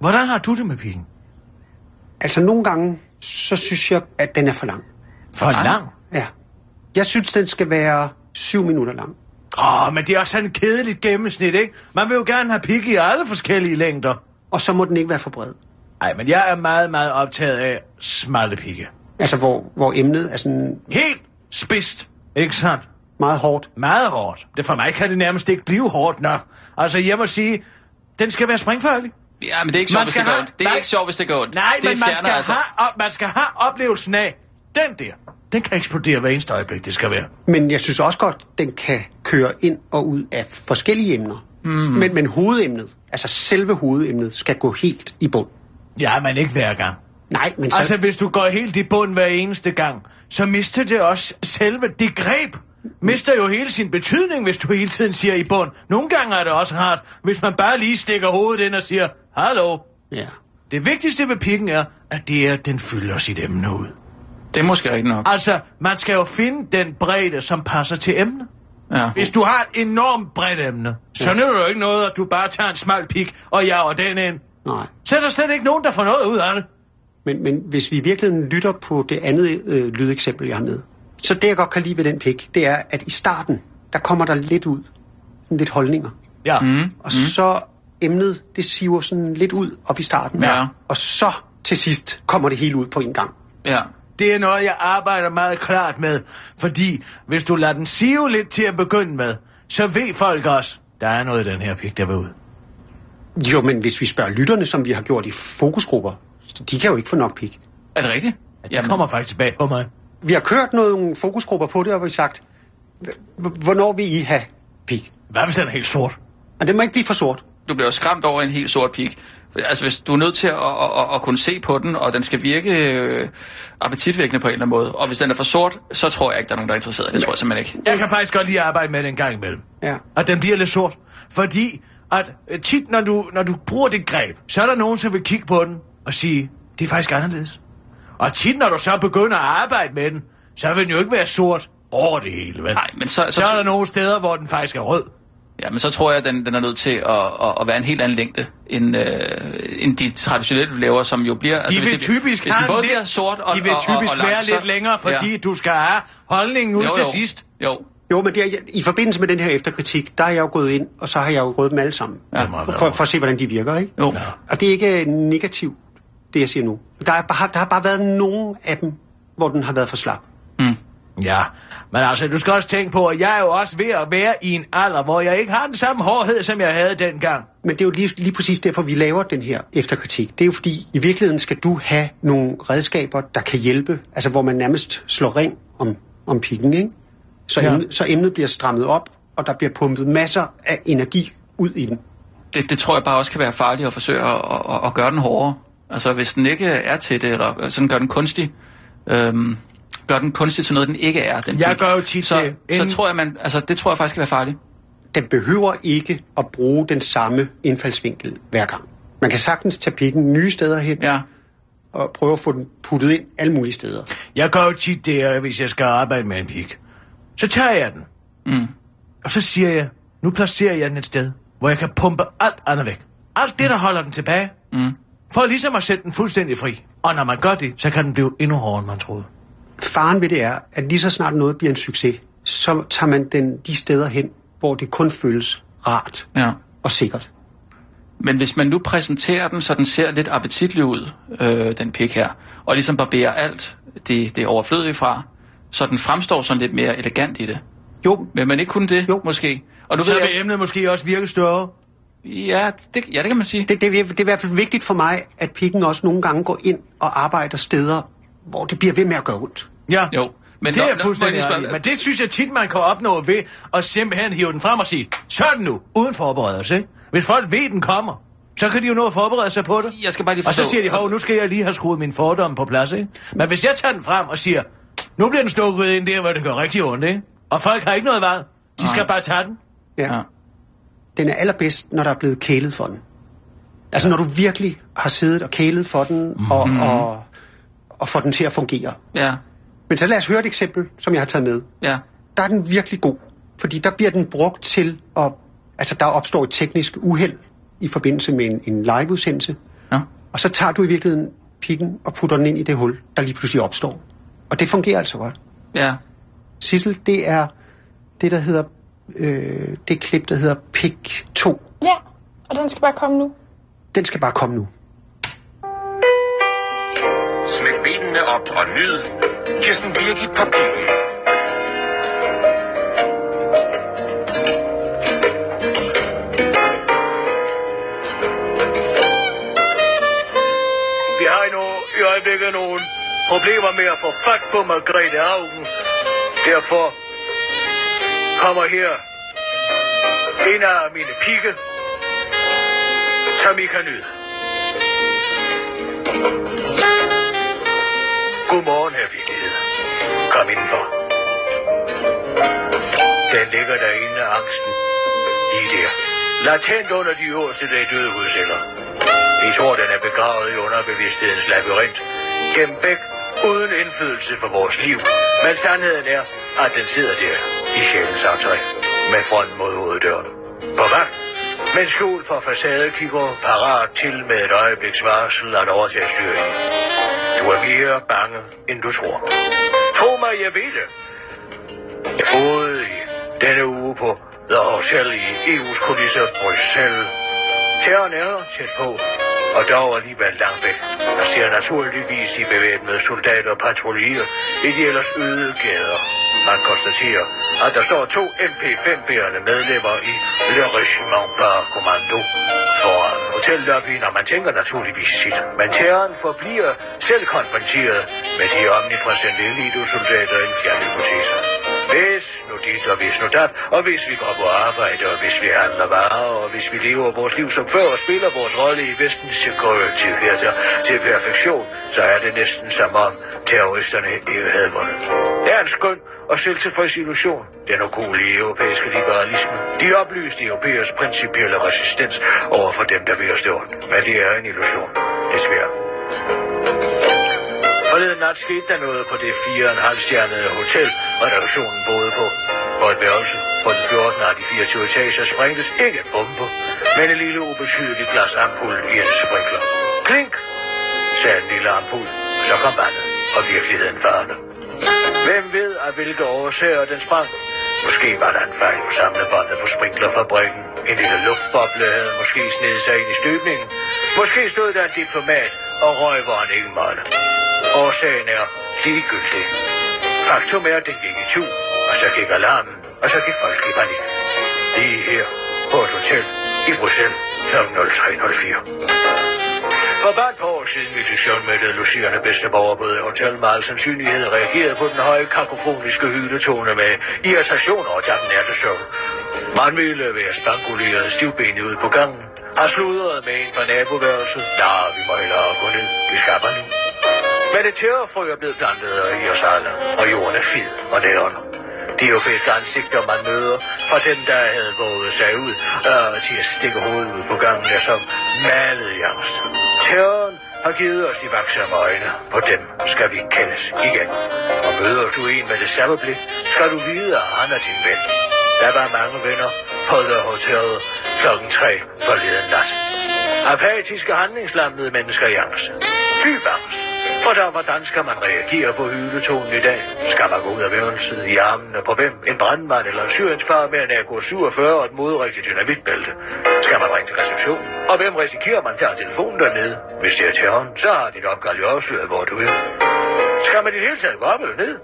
Hvordan har du det med pikken?
Altså, nogle gange, så synes jeg, at den er for lang.
For lang.
Ja. Jeg synes, den skal være syv minutter lang.
Åh, oh, men det er også sådan et kedeligt gennemsnit, ikke? Man vil jo gerne have pik i alle forskellige længder.
Og så må den ikke være for bred.
Nej, men jeg er meget, meget optaget af smalle pikke.
Altså, hvor, hvor emnet er sådan
Helt spidst, ikke sandt?
meget hårdt.
Meget hårdt. Det for mig kan det nærmest ikke blive hårdt nok. Altså, jeg må sige, den skal være springfarlig.
Ja, men det er ikke sjovt,
Man
hvis
skal
det gør
have-
ondt. Det er
Nej.
ikke sjovt, hvis det gør ondt.
Nej,
det
men man
fjerner
skal, altså. have, op, man skal have oplevelsen af, den der, den kan eksplodere hver eneste øjeblik, det skal være.
Men jeg synes også godt, den kan køre ind og ud af forskellige emner. Mm. Men, men hovedemnet, altså selve hovedemnet, skal gå helt i bund.
Ja, men ikke hver gang.
Nej, men så...
Altså, hvis du går helt i bund hver eneste gang, så mister det også selve det greb. Mister jo hele sin betydning, hvis du hele tiden siger i bund. Nogle gange er det også rart, hvis man bare lige stikker hovedet ind og siger, hallo.
Ja.
Det vigtigste ved pikken er, at det er, at den fylder sit emne ud.
Det er måske rigtigt nok.
Altså, man skal jo finde den bredde, som passer til emnet.
Ja.
Hvis du har et enormt bredt emne, så nytter det jo ikke noget, at du bare tager en smal pik og jager den ind.
Nej.
Så er der slet ikke nogen, der får noget ud af det.
Men, men hvis vi i virkeligheden lytter på det andet øh, lydeksempel, jeg har med, så det, jeg godt kan lide ved den pik, det er, at i starten, der kommer der lidt ud. Sådan lidt holdninger.
Ja. Mm.
Og mm. så emnet, det siver sådan lidt ud op i starten.
Ja.
Og så til sidst kommer det hele ud på en gang.
ja.
Det er noget, jeg arbejder meget klart med, fordi hvis du lader den sive lidt til at begynde med, så ved folk også, der er noget i den her pik, der vil ud.
Jo, men hvis vi spørger lytterne, som vi har gjort i fokusgrupper, de kan jo ikke få nok pik.
Er det rigtigt?
Det Jamen. kommer faktisk tilbage på mig.
Vi har kørt nogle fokusgrupper på det, og vi har sagt, "Hv- hvornår vil I have pik?
Hvad hvis den er helt sort?
Og det må ikke blive for sort.
Du bliver jo skræmt over en helt sort pik. Altså, hvis du er nødt til at, at, at, at kunne se på den, og den skal virke øh, appetitvækkende på en eller anden måde, og hvis den er for sort, så tror jeg ikke, der er nogen, der er interesseret. Det tror jeg simpelthen ikke.
Jeg kan faktisk godt lide at arbejde med den en gang imellem.
Ja.
Og den bliver lidt sort. Fordi at øh, tit, når du, når du bruger det greb, så er der nogen, som vil kigge på den og sige, det er faktisk anderledes. Og tit, når du så begynder at arbejde med den, så vil den jo ikke være sort over det hele, vel?
Nej, men så- så- Altså,
så er der nogle steder, hvor den faktisk er rød.
Ja, men så tror jeg, at den, den er nødt til at, at, at være en helt anden længde, end, øh, end de traditionelle, du laver, som jo bliver...
De
altså,
altså,
hvis
vil
det-
typisk
hvis den
have
både
lidt,
bliver sort og,
de vil
og, og,
typisk
og langt,
være lidt
så-
længere, fordi du skal have holdningen ud
Jo,
til
jo.
sidst.
Jo,
Jo, men det er, i forbindelse med den her efterkritik, der er jeg jo gået ind, og så har jeg jo rødt dem alle sammen.
Ja. Det må have været
for,
hårdt.
for at se, hvordan de virker, ikke?
jo.
Og det er ikke øh, negativt, det jeg siger nu. Der, er bare, der har bare været nogen af dem, hvor den har været for slap.
Ja, men altså, du skal også tænke på, at jeg er jo også ved at være i en alder, hvor jeg ikke har den samme hårdhed, som jeg havde dengang.
Men det er jo lige, lige præcis derfor, vi laver den her efterkritik. Det er jo fordi, i virkeligheden skal du have nogle redskaber, der kan hjælpe. Altså, hvor man nærmest slår ring om, om pikken, ikke? Så,
Ja.
ja. emnet, så emnet bliver strammet op, og der bliver pumpet masser af energi ud i den.
Det, det tror jeg bare også kan være farligt at forsøge at, at, at, at gøre den hårdere. Altså, hvis den ikke er til det, eller sådan gør den kunstig, øhm, gør den kunstig til noget, den ikke er. Den
Jeg
pik,
gør jo tit
så,
det.
Så
Inden-
tror jeg, man, altså, det tror jeg faktisk kan være farligt.
Den behøver ikke at bruge den samme indfaldsvinkel hver gang. Man kan sagtens tage pikken nye steder hen,
Ja.
og prøve at få den puttet ind alle mulige steder.
Jeg gør jo tit det, at hvis jeg skal arbejde med en pik. Så tager jeg den. Mm. Og så siger jeg, nu placerer jeg den et sted, hvor jeg kan pumpe alt andet væk. Alt det, der holder den tilbage. Mm. For ligesom at sætte den fuldstændig fri. Og når man gør det, så kan den blive endnu hårdere, end man troede.
Faren ved det er, at lige så snart noget bliver en succes, så tager man den de steder hen, hvor det kun føles rart
Ja.
og sikkert.
Men hvis man nu præsenterer den, så den ser lidt appetitlig ud, øh, den pik her, og ligesom barberer alt det, det overflødige fra, så den fremstår sådan lidt mere elegant i det.
Jo,
Vil man ikke kunne det,
Jo.
måske? Og nu
Så
ved
vil
jeg,
emnet måske også virke større.
ja, det, ja, det kan man sige.
det, det, det er i hvert fald vigtigt for mig, at pikken også nogle gange går ind og arbejder steder, hvor det bliver ved med at gøre ondt.
Ja,
Jo, men
men det
nå-
er
nå,
jeg fuldstændig
må jeg lige
ærlig i.
spørge-
Men det synes jeg tit, man kan opnå ved at simpelthen hive den frem og sige, sådan nu, uden forberedelse, ikke? Hvis folk ved, den kommer, så kan de jo nå at forberede sig på det.
Jeg skal bare lige
og så
forstå-
siger de, hov, nu skal jeg lige have skruet min fordomme på plads, ikke? Men hvis jeg tager den frem og siger, nu bliver den stukket ind der, hvor det gør rigtig ondt, ikke? Og folk har ikke noget valg. De skal
Nej.
bare tage den.
Ja.
Ja.
ja. Den er allerbedst, når der er blevet kælet for den. Altså når du virkelig har siddet og kælet for den, og, og, og får den til at fungere.
Ja,
Men så lad os høre et eksempel, som jeg har taget med.
ja,
der er den virkelig god. Fordi der bliver den brugt til at... Altså, der opstår et teknisk uheld i forbindelse med en, en liveudsendelse.
ja.
Og så tager du i virkeligheden pikken og putter den ind i det hul, der lige pludselig opstår. Og det fungerer altså godt.
ja.
Sissel, det er det, der hedder... Øh, det klip, der hedder pik 2.
Ja, og den skal bare komme nu.
Den skal bare komme nu.
Smæk benene op og nyd Kirsten Birgit på pikken.
Vi har nu i øjeblikket nogle problemer med at få fat på Margrethe Augen. Derfor kommer her en af mine pigge, som I kan nyde. Godmorgen, her virkelighed. Kom indenfor. Den ligger derinde, angsten. Lige der. Latent under de øverste lag døde hudceller. Vi tror, den er begravet i underbevidsthedens labyrint. Gennem væk, uden indflydelse for vores liv. Men sandheden er, at den sidder der i sjælens aftræk. Med front mod hoveddøren. På vagt. Men skjul for facadekigger, parat til med et øjebliks varsel at overtage styringen. Du er mere bange, end du tror. Tro mig, jeg ved det. Jeg boede i denne uge på The Hotel i EU's kulisser Bruxelles. Terroren er tæt på, og dog alligevel langt væk. Der ser naturligvis de bevæbnede soldater patruljere i de ellers øde gader. Man konstaterer, at der står to MP5-bærende medlemmer i Le Regiment Bar Commando foran hotellobbyen, og man tænker naturligvis sit. Men terroren forbliver selv konfronteret med de omnipresente elitesoldater i en fjern hypotese.
Hvis nu dit og hvis nu dat, og hvis vi går på arbejde, og hvis vi handler varer, og hvis vi lever vores liv som før og spiller vores rolle i vestens security theater til perfektion, så er det næsten som om terroristerne ikke havde vundet. Det er en skøn og selvtilfreds illusion. Den ukulige europæiske liberalisme. De oplyste europæers principielle resistens over for dem, der vil os det ondt. Men det er en illusion. Desværre. Forleden nat skete der noget på det 4,5-stjernede hotel, redaktionen boede på. På et værelse på den 14. af de 24 etager sprængtes ikke en bombe, men en lille ubetydelig glasampul i en sprinkler. Klink, sagde den lille ampul. Så kom vandet, og virkeligheden farne. Hvem ved, af hvilke årsager den sprang? Måske var der en fejl på samlebåndet på sprinklerfabrikken. En lille luftboble havde måske snedet sig ind i støbningen. Måske stod der en diplomat, og røg var han ikke måtte. Årsagen er ligegyldig. Faktum er, at den gik i tu, og så gik alarmen, og så gik folk i panik. Lige her, på et hotel i Bruxelles, kl. 03.04. For bare et par år siden ville de søvnmættede Lucierne Bedsteborger på et hotel med al sandsynlighed reageret på den høje kakofoniske hyletone med irritation over tanken af søvn. Man ville være spankuleret stivbenet ud på gangen, har sludret med en fra naboværelset. Nå, vi må hellere gå ned. Vi skapper nu. Men et terrorfrø er blevet plantet i os alle, og jorden er fed og neoner. De europæiske ansigter, man møder, fra dem, der havde våget sig ud, og til at stikke hovedet ud på gangen, er som malet i angst. Terroren har givet os de vaksomme øjne. På dem skal vi kendes igen. Og møder du en med det samme blik, skal du vide, at han er din ven. Der var mange venner på The Hotel klokken 3 forleden nat. Apatiske handlingslammede mennesker i angst. Dyb angst. For der, hvordan skal man reagere på hyletonen i dag? Skal man gå ud af værelset i armene på hvem? En brandmand eller en syriensfar med en AK-47 og et modrigtigt dynamitbælte? Skal man ringe til receptionen? Og hvem risikerer man tager telefonen dernede? Hvis det er terroren, så har dit opgave jo afsløret, hvor du er. Skal man i det hele taget gå op eller ned?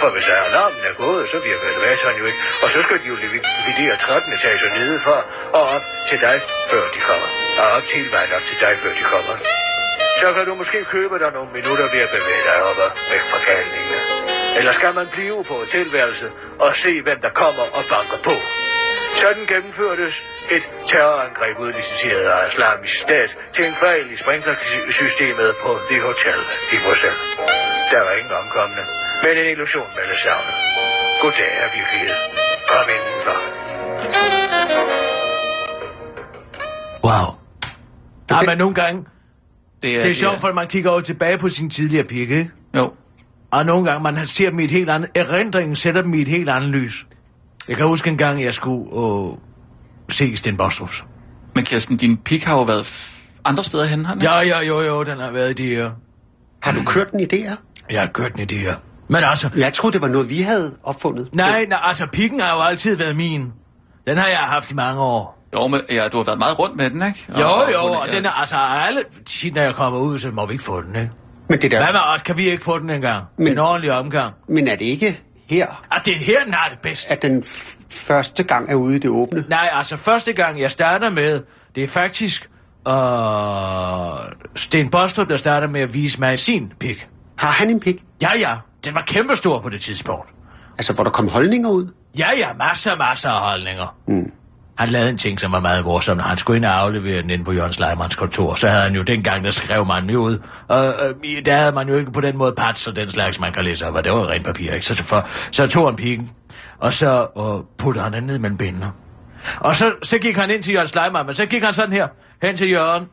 For hvis alarmen er gået, så virker elevatoren jo ikke. Og så skal de jo likvidere 13 etager nedefra og op til dig, før de kommer. Og op til hele vejen op til dig, før de kommer. Så kan du måske købe dig nogle minutter ved at bevæge dig op og væk fra kalningene. Eller skal man blive på hotelværelset og se, hvem der kommer og banker på? Sådan gennemførtes et terrorangreb udliciteret af islamisk stat til en fejl i sprinklersystemet på det hotel i Bruxelles. Der var ingen omkomne, men en illusion mellem savnet. Goddag er virkelighed. Kom indenfor.
Wow. Nej, men nogle gange,
Det
det er sjovt, for man kigger jo tilbage på sin tidligere pige, ikke?
Jo.
Og nogle gange, man ser dem i et helt andet... Erindringen sætter dem i et helt andet lys. Jeg kan huske en gang, jeg skulle øh, se Sten Bostrups.
Men Kirsten, din pik har jo været f- andre steder hen, har den?
Ja, ja, jo, jo, den har været i det her.
Har du kørt den i DR?
Jeg har kørt den i det her. Men altså...
Jeg troede, det var noget, vi havde opfundet.
Nej, nej, altså, pikken har jo altid været min. Den har jeg haft i mange år.
Jo, men, ja, du har været meget rundt med den, ikke? Og-
Jo,
og-
jo, og
ja.
den er altså alle... Tit, når jeg kommer ud, så må vi ikke få den, ikke?
Men, det
Hvad
der,
med os? Kan vi ikke få den engang? En ordentlig omgang.
men er det ikke her,
Ah, det er her, den har det bedst.
at den f- første gang er ude i det åbne?
Nej, altså første gang, jeg starter med, det er faktisk øh, Sten Bostrup, der starter med at vise mig sin pik.
Har han en pik?
Ja, ja, den var kæmpestor på det tidspunkt.
Altså, hvor der kom holdninger ud?
Ja, ja, masser, masser af holdninger. Mm. Han lavede en ting, som var meget morsom. Når han skulle ind og aflevere den inde på Jørgens Leimanns kontor, så havde han jo dengang, der skrev man jo ud. Og, øh, i- der havde man jo ikke på den måde pats og den slags, man kan læse op, og det var jo rent papir, ikke? Så, for, så tog han pikken, og så og puttede han den ned mellem benene. Og så, så gik han ind til Jørgens Leimann, men så gik han sådan her, hen til Jørgen,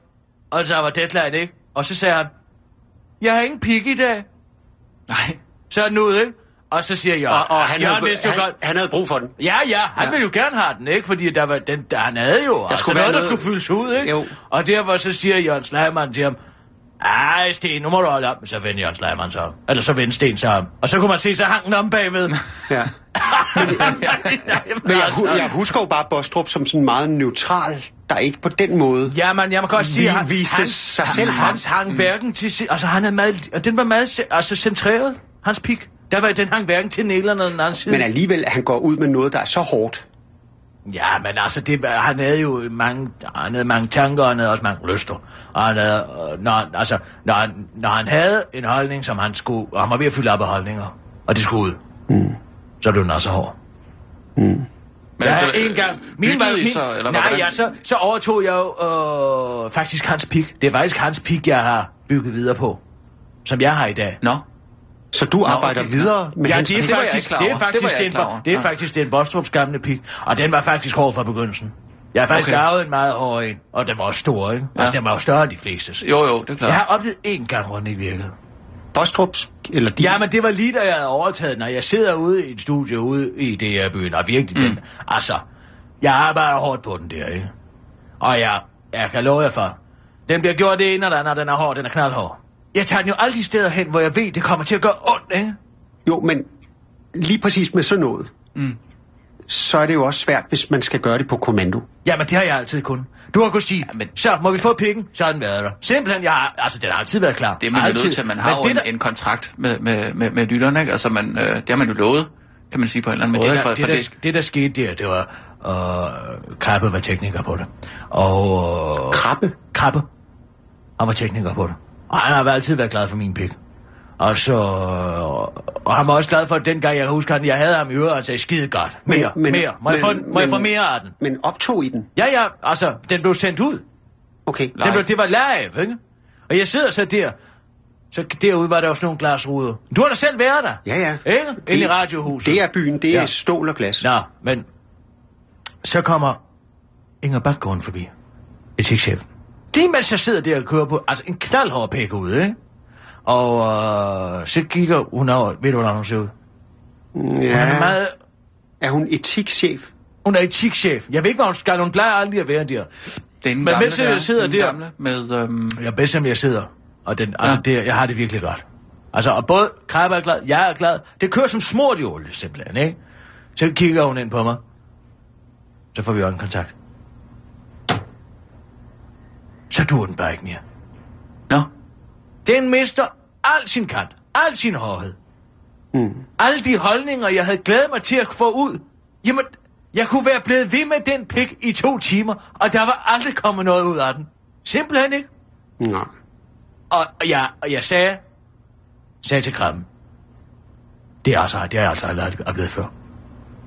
og så var deadline, ikke? Og så sagde han, jeg har ingen pik i dag.
Nej.
Så er den ud, ikke? Og så siger jeg,
Og, og han,
Jørgen
havde,
vidste jo
han,
godt,
han havde brug for den.
Ja, ja, han ja. ville jo gerne have den, ikke? Fordi der var den, der, han havde jo. Der altså
skulle
noget,
være
der
noget-
skulle fyldes ud, ikke?
Jo.
Og derfor så siger Jørgen Sleiman til ham, ej, Sten, nu må du holde op. Men Så vender Jørgen Sleiman sig om. Eller så vender Sten sig om. Og så kunne man se, så hang den om bagved.
Ja. Men jeg, hu- jeg husker jo bare Bostrup som sådan meget neutral, der ikke på den måde...
Ja, man, jeg må godt sige,
Vi
han,
viste
han,
sig
han,
selv
han, hang hverken til... si- Altså, han er meget... Og den var meget se- altså, centreret, hans pik. Der var, den hang hverken til den ene eller den anden side.
Mm. Men alligevel, at han går ud med noget, der er så hårdt.
Ja, men altså, det, var- han havde jo mange, han havde mange tanker, og han havde også mange lyster. Og han havde, øh, når, han- altså, når, han, når han havde en holdning, som han skulle... Og han var ved at fylde op af holdninger, og det skulle ud. Mm. så blev den også hård.
Men
ja, altså, en gang. Min var,
lyttede I
min,
så, eller
nej,
hvordan?
ja, så, så overtog jeg jo øh, faktisk hans pik. Det er faktisk hans pik, jeg har bygget videre på. Som jeg har i dag.
Nå,
Så du arbejder
okay.
videre med
ja,
hans
det er
Det var jeg ikke
faktisk,
klar
det
over.
er
Det var
faktisk,
jeg
det
ikke klar
er,
over.
det er
Nej.
faktisk den Bostrup's gamle pik. Og den var faktisk hård fra begyndelsen. Jeg har faktisk
Okay.
okay. arvet en meget hård en, og den var også stor, ikke? Ja. Altså,
Ja.
den var jo større end de fleste.
jo jo, det er klart.
Jeg har oplevet én gang, hvor den ikke virkede.
Bostrups, eller din.
Ja, men det var lige, da jeg havde overtaget den, og jeg sidder ude i et studie ude i det her byen, og virkelig mm. den, altså, jeg arbejder hårdt på den der, ikke? Og jeg, jeg kan love jer for, den bliver gjort det ene og det andet, og den er hård, den er knaldhård. Jeg tager den jo alle de steder hen, hvor jeg ved, det kommer til at gøre ondt, ikke?
Jo, men lige præcis med sådan noget, mm. så er det jo også svært, hvis man skal gøre det på kommando.
Jamen, det har jeg altid kun. Du har kunnet sige,
men-
så må vi få pikken, så har den været der. Simpelthen, jeg har, altså, den har altid været klar.
Det er man jo
altid.
nødt til, man har
Men
jo
det,
en,
der-
en kontrakt med, med, med, med lytterne, ikke? Altså, man, øh, det har man jo lovet, kan man sige på en eller anden
Men
måde.
det,
for,
der, det,
for
der,
det,
det, det, der skete der, det var... Øh, Krabbe var tekniker på det. Og... Øh,
Krabbe?
Krabbe. Han var tekniker på det. Og han har altid været glad for min pik. Og så... øh, Og han var også glad for, at dengang jeg kan huske, at jeg havde ham i øret, han sagde, skide godt. Mere, men, mere. Må, jeg få, må jeg få mere af den?
Men optog i den?
Ja, ja, altså, den blev sendt ud.
Okay.
Det, blev,
Live.
det var live, ikke? Og jeg sidder så der. Så derude var der også nogle glasruder. Du har da selv været der.
Ja, ja.
Ikke? Inde i
Det-
radiohuset.
Det er byen, det er
Ja.
ja. stål og glas.
Nå, men så kommer Inger Bakgården forbi. Butikschef. Lige mens jeg sidder der og kører på, altså en knaldhård pæk ude, ikke? Og øh, så kigger hun over, ved du, hvordan hun ser ud? Ja. Hun er
Ja.
meget,
Er hun etikchef?
hun er etikchef. Jeg ved ikke, hvad hun skal, hun plejer aldrig at være der.
det er en
Men
gamle,
mens jeg sidder
det er en
der-
gamle med... Øhm,
Jeg er bedst, som jeg sidder. Og den, altså, ja. det, jeg har det virkelig godt. Altså, og både Krabbe er glad, jeg er glad. Det kører som smurt i olie, simpelthen, ikke? Så kigger hun ind på mig. Så får vi øjenkontakt. Så dur den bare ikke mere.
nå,
Den mister al sin kant, al sin hårdhed. Mm. Alle de holdninger, jeg havde glædet mig til at få ud. Jamen, jeg kunne være blevet ved med den pik i to timer, og der var aldrig kommet noget ud af den. Simpelthen ikke.
Nej.
Og, og, jeg, og jeg sagde, sagde til Kram, det er altså, det er jeg altså aldrig oplevet før.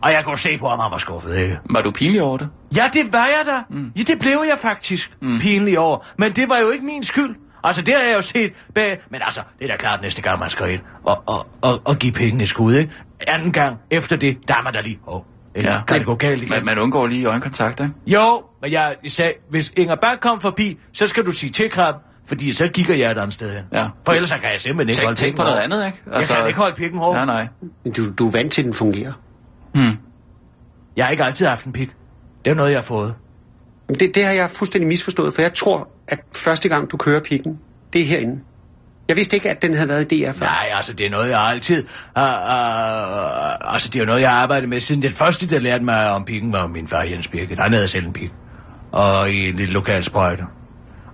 Og jeg kunne se på, om han var skuffet, ikke?
var du pinlig over det?
Ja, det var jeg da. Mm. Ja, det blev jeg faktisk mm. pinlig over. Men det var jo ikke min skyld. Altså, det har jeg jo set bag... Men altså, det er da klart næste gang, man skal ind og, og, og, og give pengene skud, ikke? Anden gang efter det, der er man da lige... Åh, oh, ja. kan det gå galt igen?
man, man undgår lige øjenkontakt, ikke?
Jo, men jeg sagde, hvis Inger Bang kom forbi, så skal du sige til Krab, fordi så kigger jeg et andet sted hen.
Ja.
For ellers så kan jeg simpelthen ikke
Tænk,
holde
tænk
pikken
på noget
hård.
andet, ikke? Altså-
jeg kan ikke holde pikken hård.
Nej, nej.
Du, du er vant til, at den fungerer.
Jeg har ikke altid haft en pik. Det er noget, jeg har fået.
Men Det, det har jeg fuldstændig misforstået, for jeg tror, at første gang, du kører pikken, det er herinde. Jeg vidste ikke, at den havde været i DR før.
Nej, altså, det er noget, jeg altid... Uh, uh, altså, det er jo noget, jeg har arbejdet med siden. Den første, der lærte mig om pikken, var jo min far Jens Birke. Han havde selv en pik. Og i en lille lokal sprøjte.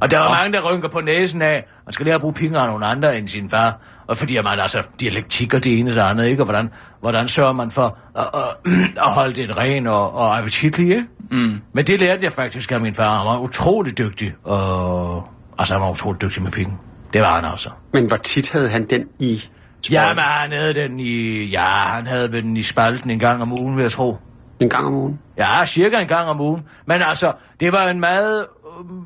Og der var mange, der rynker på næsen af, man skal lære at bruge pinger af nogle andre end sin far. Og fordi man altså dialektik og det ene og det andet, ikke? Og hvordan, hvordan sørger man for at, at, at holde det ren og, og appetitlig, ikke? Mm. Men det lærte jeg faktisk af min far. Han var utrolig dygtig. Og, altså, han var utrolig dygtig med pikken. Det var han altså.
Men hvor tit havde han den i
Ja, men han havde den i... Ja, han havde vel den i spalten en gang om ugen, vil jeg tro.
en gang om ugen?
Ja, cirka en gang om ugen. Men altså, det var en meget øh,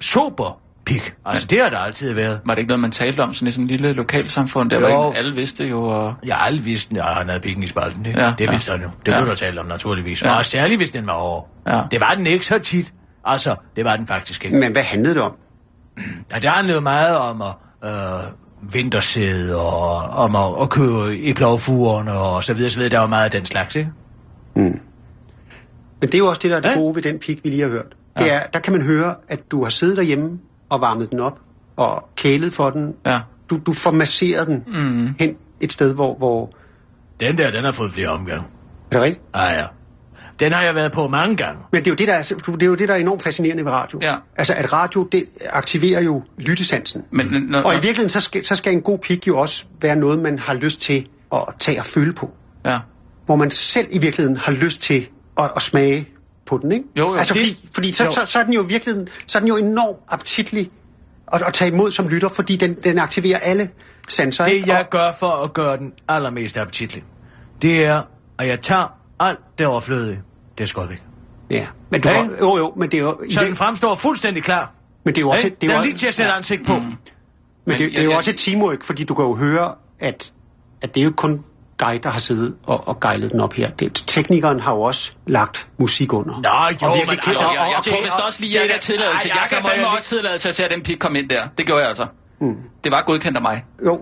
super pik. Altså, det har der altid været.
Var det ikke noget, man talte om sådan i sådan en lille lokalsamfund? Der
Jo.
var ikke, alle vidste jo, og...
Jeg har aldrig vidst, at han havde pikken i spalten. Det, ja,
Ja,
det
ja.
vidste han jo. Det
Ja.
kunne du tale om, naturligvis.
Ja.
Og særligt, hvis den var over.
Ja.
Det var den ikke så tit. Altså, det var den faktisk ikke.
Men hvad handlede det om?
Ja, det handlede meget om at øh, vintersæde og om at, at køre i plovfugerne og så videre, så videre. Der var meget af den slags, ikke?
Men det er jo også det, der er det
Ja.
gode ved den pik, vi lige har hørt. Det er, der kan man høre, at du har siddet derhjemme og varmet den op og kælet for den.
Ja.
Du, du får masseret den mm. hen et sted, hvor... hvor
Den der, den har fået flere omgange.
er det rigtigt?
Ah ja. Den har jeg været på mange gange.
Men det er, jo det, der er, det er jo det, der er enormt fascinerende ved radio.
Ja.
Altså, at radio, det aktiverer jo lyttesansen.
Men, når,
Og i virkeligheden, så skal, så skal en god pik jo også være noget, man har lyst til at tage og føle på.
ja.
Hvor man selv i virkeligheden har lyst til at, at smage på den, ikke?
Jo, jo.
Altså,
Det-
fordi, fordi så,
jo.
Så, så, er den jo i virkeligheden, så er den jo enormt appetitlig at, at tage imod som lytter, fordi den, den aktiverer alle sanser.
Det
ikke?
jeg
Og-
gør for at gøre den allermest appetitlig, det er, at og jeg tager alt det overflødige. Det er Skodvik.
Ja. Men du,
Ja.
jo, jo, men det er jo...
Så den fremstår fuldstændig klar.
Men det er jo også-
Ikke?
det er jo
den er
også-
lige til at sætte ansigt på. Mm.
Men det,
Men
det er jo
jeg-
også et teamwork, fordi du kan jo høre, at, at det er jo ikke kun dig, der har siddet og, og gejlet den op her. Det, teknikeren har jo også lagt musik under.
Nå, jo,
virkelig
men
kæft.
altså,
jeg, jeg
og-
tror
og-
vist også lige,
det
jeg
er
gav
da-
tilladelse.
Ej,
Jeg gav
så må jeg
fandme
lige-
også tilladelse til at se, at den pik kom ind der. Det gjorde jeg altså.
Mm.
Det var godkendt af mig.
Jo,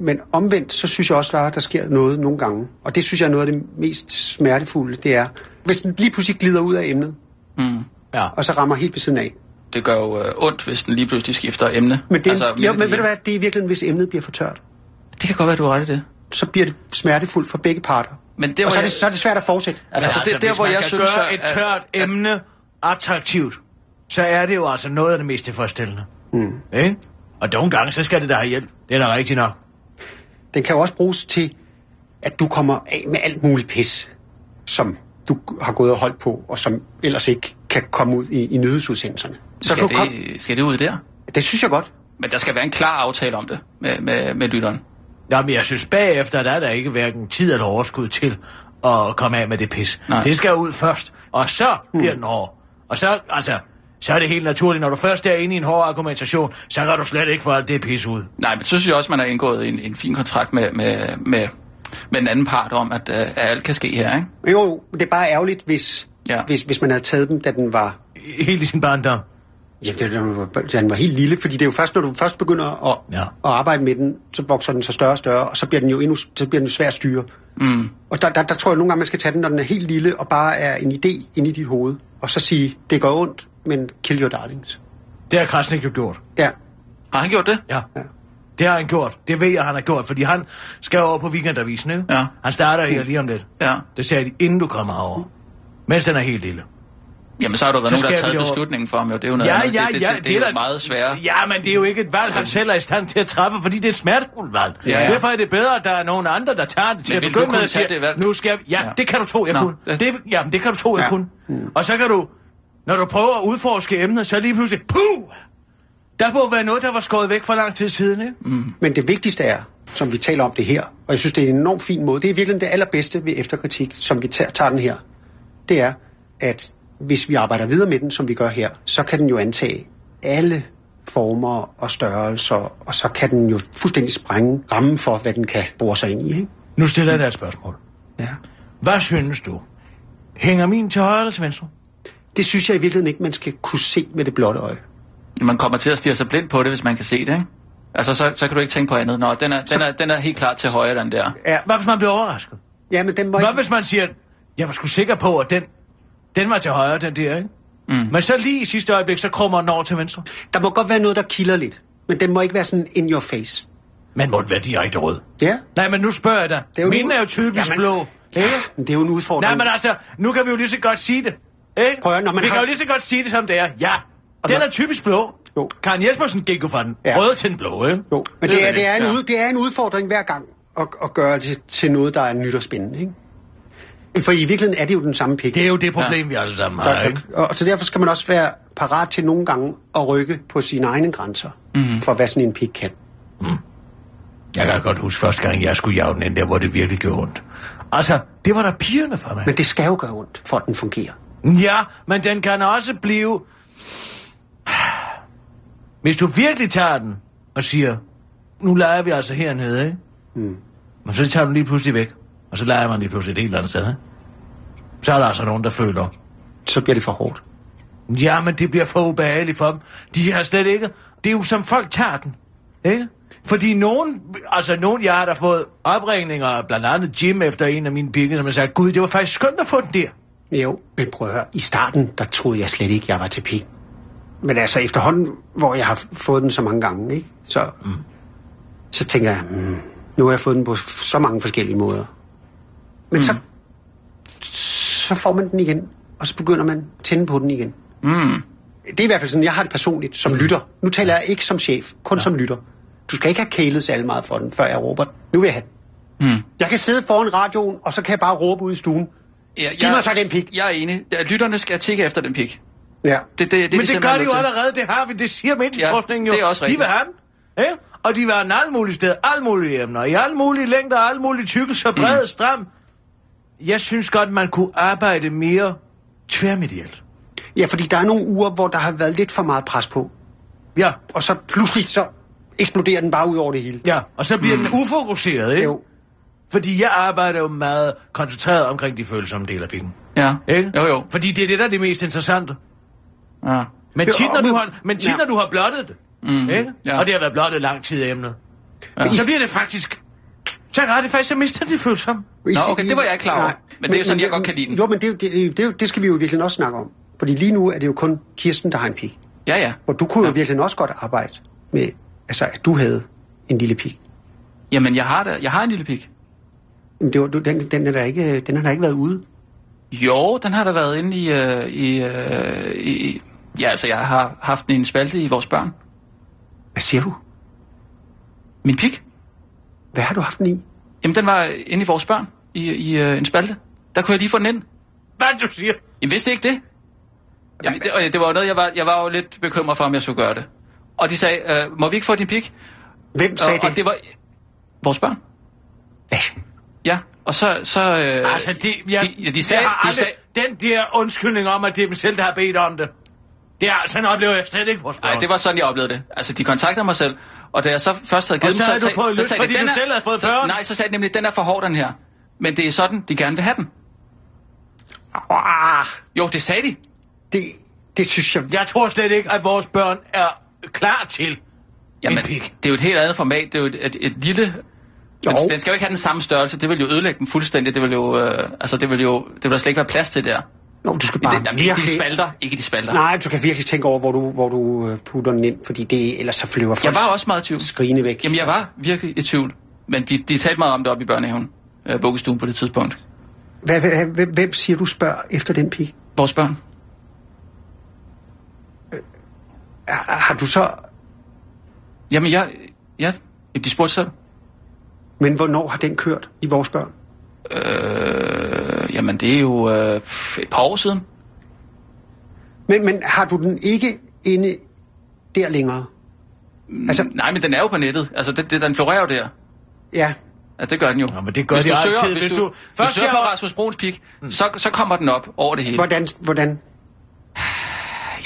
men omvendt, så synes jeg også, at der sker noget nogle gange. Og det synes jeg er noget af det mest smertefulde, det er, hvis den lige pludselig glider ud af emnet,
Ja.
og så rammer helt ved siden af.
Det gør jo øh, ondt, hvis den lige pludselig skifter emne.
Men, det, altså,
midt i
jo, men
det
ved du
hele.
hvad, det er virkelig, hvis emnet bliver for tørt,
Det kan godt være, du har ret i det.
så bliver det smertefuldt for begge parter.
Men det, hvor
og så er
jeg-
det, så er det svært at fortsætte. Altså,
Altså,
Altså,
det er der,
hvis
hvor
man
jeg
kan
synes...
gøre
at-
et tørt
at-
emne attraktivt, så er det jo altså noget af det mest tilfredsstillende. Mm. Ikke? Og nogle gange, så skal det da have hjælp. Det er da rigtigt nok.
Den kan jo også bruges til, at du kommer af med alt muligt pis, som du har gået og holdt på, og som ellers ikke kan komme ud i, i nyhedsudsendelserne. Så
Skal
kan du komme...
det, skal det ud der?
det synes jeg godt.
Men der skal være en klar aftale om det med, med, med lytteren.
Nå, men jeg synes bagefter, der er der ikke hverken tid eller overskud til at komme af med det pis.
Nej. Hmm.
Nej. Det skal ud først, og så bliver den hård. Og så, altså, så er det helt naturligt, når du først er inde i en hård argumentation, så kan du slet ikke få alt det pis ud.
Nej, men så synes jeg også, man har indgået en, en fin kontrakt med, med, med, med den anden part om, at, øh, at alt kan ske her, ikke?
Jo, Jo, det er bare ærgerligt, hvis,
Ja.
ja. hvis, hvis man havde taget den, da den var...
Helt i sin barndom.
Ja, da den var, da den var helt lille, fordi det er jo først, når du først begynder at,
Ja.
ja. at arbejde med den, så vokser den så større og større, og så bliver den jo endnu så bliver den jo svær at styre. Mm. Og der, der, der tror jeg nogle gange, man skal tage den, når den er helt lille, og bare er en idé inde i dit hoved, og så sige, det gør ondt, men kill your darlings.
Det har Krasnik jo gjort.
Ja,
Har han gjort det?
Ja. Det har han gjort. Det ved jeg, han har gjort, fordi han skal over på weekendavisen, ikke?
Ja.
Han starter her lige om lidt.
Ja.
Det sagde de, inden du kommer herover. Mens den er helt lille.
Jamen, så har der været
Så
nogen, der
skal
har
vi
taget
over-
beslutningen for ham, jo. Det er jo noget
Ja, ja,
andet.
ja.
det, det, det, det er
da-
jo meget sværere.
Ja, men det er jo ikke et valg, han selv er i stand til at træffe, fordi det er et smertefuldt valg.
Ja, ja.
Derfor er det bedre, at der er nogen andre, der tager det til
Men
at
vil du
begynde med
kunne
at
tage
sige,
det valg?
nu skal jeg... Ja,
Ja.
det kan du tro, jeg
Nå,
kunne.
det-
Det, jamen, det kan du tro, jeg
Ja.
kunne. Og så kan du... Når du prøver at udforske emnet, så lige pludselig... Puh! Der må være noget, der var skåret væk for lang tid siden, ikke?
Mm.
Men det vigtigste er, som vi taler om det her, og jeg synes, det er en enormt fin måde, det er virkelig det allerbedste ved efterkritik, som vi tager, tager den her, det er, at hvis vi arbejder videre med den, som vi gør her, så kan den jo antage alle former og størrelser, og så kan den jo fuldstændig sprænge rammen for, hvad den kan bore sig ind i. Ikke?
Nu stiller jeg dig et spørgsmål.
Ja.
Hvad synes du? Hænger min til højre eller til venstre?
Det synes jeg i virkeligheden ikke, man skal kunne se med det blotte øje.
Man kommer til at stige sig blind på det, hvis man kan se det, ikke? Altså, så, så kan du ikke tænke på andet. Nå, den er, den er, den er helt klart til højre, den der.
Hvad hvis man bliver overrasket?
Ja, men den må
Hvad
ikke...
hvis man siger, jeg var sgu sikker på, at den, den var til højre, den der, ikke? Mm. Men så lige i sidste øjeblik, så krummer den over til venstre.
Der må godt være noget, der kilder lidt, men den må ikke være sådan in your face.
Men må den være direkte rød?
Ja.
Nej, men nu spørger jeg dig.
er jo
Mine
nu-
er jo typisk
Jamen-
blå.
Ja, men det er jo en udfordring.
Nej, men altså, nu kan vi jo lige så godt sige det. Ikke?
Prøv at høre, når man
vi
har-
kan jo lige så godt sige det, som det er. Ja, den
når-
er typisk blå.
Jo.
Karen Jespersen gik jo fra den
Ja.
røde til den blå, ikke?
Jo, men
Det
det,
er
er, det, er en,
rigtigt, ja.
ud, det er en udfordring hver gang at, at gøre det til noget, der er nyt og spændende. Ikke? For i virkeligheden er det jo den samme pik.
Det er jo det problem, ja. vi alle sammen har, ikke?
og, og så derfor skal man også være parat til nogle gange at rykke på sine egne grænser
Mhm.
mm-hmm. for, hvad sådan en pik kan.
Jeg kan godt huske første gang, jeg skulle jage den ind der, hvor det virkelig gjorde ondt. Altså, det var der pigerne for mig.
Men det skal jo gøre ondt, for at den fungerer.
Ja, men den kan også blive... Hvis du virkelig tager den og siger, nu leger vi altså hernede, ikke? Mm. Men så tager du den lige pludselig væk, og så leger man lige pludselig et helt andet sted, ikke? Så er der altså nogen, der føler,
Så bliver det for hårdt.
ja, men det bliver for ubehageligt for dem. De har slet ikke... Det er jo som folk tager den, ikke? Fordi nogen, altså nogen, jeg har da fået opringninger, blandt andet Jim efter en af mine pikke, som har sagt, gud, det var faktisk skønt at få den der.
Jo, men prøv at høre. I starten, der troede jeg slet ikke, jeg var til pik. Men altså efterhånden, hvor jeg har f- fået den så mange gange, ikke? Så, mm. så tænker jeg, mm, nu har jeg fået den på f- så mange forskellige måder. Men mm. så, så får man den igen, og så begynder man at tænde på den igen. Mm. Det er i hvert fald sådan, jeg har det personligt som lytter. Nu taler jeg ikke som chef, kun ja. som lytter. Du skal ikke have kælet særlig meget for den, før jeg råber, nu vil jeg have den. Mm. Jeg kan sidde foran radioen, og så kan jeg bare råbe ud i stuen.
Ja, jeg,
Giv mig så den pik.
Jeg er enig. Ja, Lytterne skal tjekke efter den pik.
Ja.
Det, det, det,
Men det,
simpelthen
gør de
nødt
jo
til.
allerede, det har vi, det siger medienforskningen
Ja,
jo.
det er også
de
rigtigt.
vil have den, ja? og de vil have den alle mulige steder, alle mulige emner, i alle mulige længder, alle mulige tykkelser, bred, mm. stram. jeg synes godt, man kunne arbejde mere tværmedielt.
Ja, fordi der er nogle uger, hvor der har været lidt for meget pres på.
Ja,
Og så pludselig så eksploderer den bare ud over det hele.
ja. Og så bliver mm. den ufokuseret, ikke?
Jo.
Fordi jeg arbejder jo meget koncentreret omkring de følsomme dele af pikken.
Ja.
Ikke?
Jo, jo.
Fordi det er det, der er det mest interessante.
Ja.
Men
Jo,
tit, når
men-
du har, men tit,
Ja.
når du har blottet det, mm. ikke?
Ja.
og det har været blottet lang tid emnet, ja. så bliver det faktisk... Så har det faktisk, jeg mister det følsomme.
I-
Nå, okay, det var jeg ikke klar over.
Nej.
Men det er sådan, jeg godt kan lide den.
Jo, men det, er jo- det, det, er jo- det skal vi jo virkelig også snakke om. Fordi lige nu er det jo kun Kirsten, der har en pik.
Ja, ja.
Og du kunne jo virkelig også godt arbejde med, altså at du havde en lille pik.
Jamen, jeg har, da, jeg har en lille pik.
Men det var, du- den, den, er der ikke, den har der ikke været ude.
Jo, den har der været inde i... Øh, i, øh, i ja, altså, jeg har haft den i en spalte i vores børn.
Hvad siger du?
Min pik?
Hvad har du haft den i?
Jamen, den var inde i vores børn i, i øh, en spalte. Der kunne jeg lige få den ind.
Hvad er det, du siger?
Jeg vidste ikke det. Jamen, det, og det var jo noget, jeg var, jeg var jo lidt bekymret for, om jeg skulle gøre det. Og de sagde, øh, må vi ikke få din pik?
Hvem
Og,
sagde
og det var vores børn.
Hvad?
Ja, og så... så øh,
Altså, det, jeg,
de, ja, de sagde,
jeg har
de
aldrig,
sagde,
den der undskyldning om, at det er dem selv, der har bedt om det. Det er, sådan oplever jeg slet ikke vores
Nej, det var sådan, jeg oplevede det. Altså, de kontaktede mig selv, og da jeg så først havde givet
så
dem...
havde du
sagde-
fået
så
lyst,
sagde de,
fordi
"Den
du
er-
selv havde fået
så-
børn."
Nej, så sagde de nemlig, den er for hård, den her. Men det er sådan, de gerne vil have den.
Ah,
Jo, det sagde de.
det, det synes jeg...
Jeg tror slet ikke, at vores børn er klar til en
Jamen,
pik.
det er jo et helt andet format. Det er jo et, et, et lille... Den,
Jo.
den, skal jo ikke have den samme størrelse. Det vil jo ødelægge den fuldstændig. Det vil jo... Øh, altså, det vil jo... Det vil der slet ikke være plads til der.
Nå, du skal
Men
bare
det, jamen, ikke de
virkelig-
spalter. Ikke de spalter.
Nej, du kan virkelig tænke over, hvor du, hvor du øh, putter den ind, fordi det, ellers så flyver folk
Jeg var også meget i tvivl.
skrigende væk.
Jamen, jeg var virkelig i tvivl. Men de, de talte meget om det op i børnehaven. Øh, vuggestuen på det tidspunkt.
Hvad, hvad, hvem, hvem siger du spørger efter den pik?
Vores børn.
Har, har du så...
Jamen, jeg... Ja, de spurgte selv.
Men hvornår har den kørt i vores børn?
Øh, jamen, det er jo øh, f- et par år siden.
Men, men har du den ikke inde der længere? Altså,
Nej, men den er jo på nettet. Altså, det, det, den florerer jo der.
ja.
Altså, det gør den jo.
Nå, men det gør
hvis
de
du
altid.
søger, Hvis,
Hvis
du,
du-
hvis du
først
søger på
jeg- Mm.
Rasmus Bruns pik, så, så kommer den op over det hele.
Hvordan, hvordan?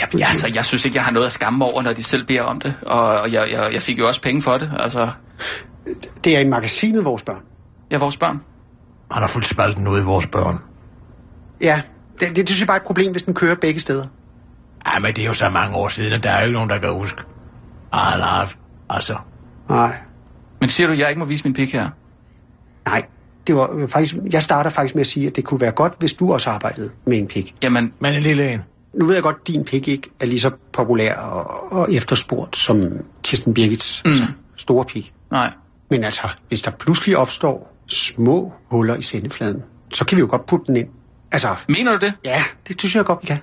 Jamen, jeg, altså, jeg synes ikke, jeg har noget at skamme over, når de selv beder om det. Og, og jeg, jeg, jeg fik jo også penge for det. Altså,
Det er i magasinet vores børn.
jeg er vores børn.
Han har fuldt spalten ud i vores børn.
Ja, det, det, det synes jeg bare er et problem, hvis den kører begge steder.
Ej, men det er jo så mange år siden, at der er jo ikke nogen, der kan huske. Ej, han har haft, altså.
Nej,
Men siger du, jeg ikke må vise min pik her?
nej. Det var øh, faktisk, jeg starter faktisk med at sige, at det kunne være godt, hvis du også arbejdede med en pik.
Jamen,
Men en lille en.
Nu ved jeg godt, at din pik ikke er lige så populær og, og efterspurgt som Kirsten Birgits mm. altså, store pik.
nej.
Men altså, hvis der pludselig opstår små huller i sendefladen, så kan vi jo godt putte den ind. Altså,
Mener du det?
ja, det synes jeg godt, vi kan.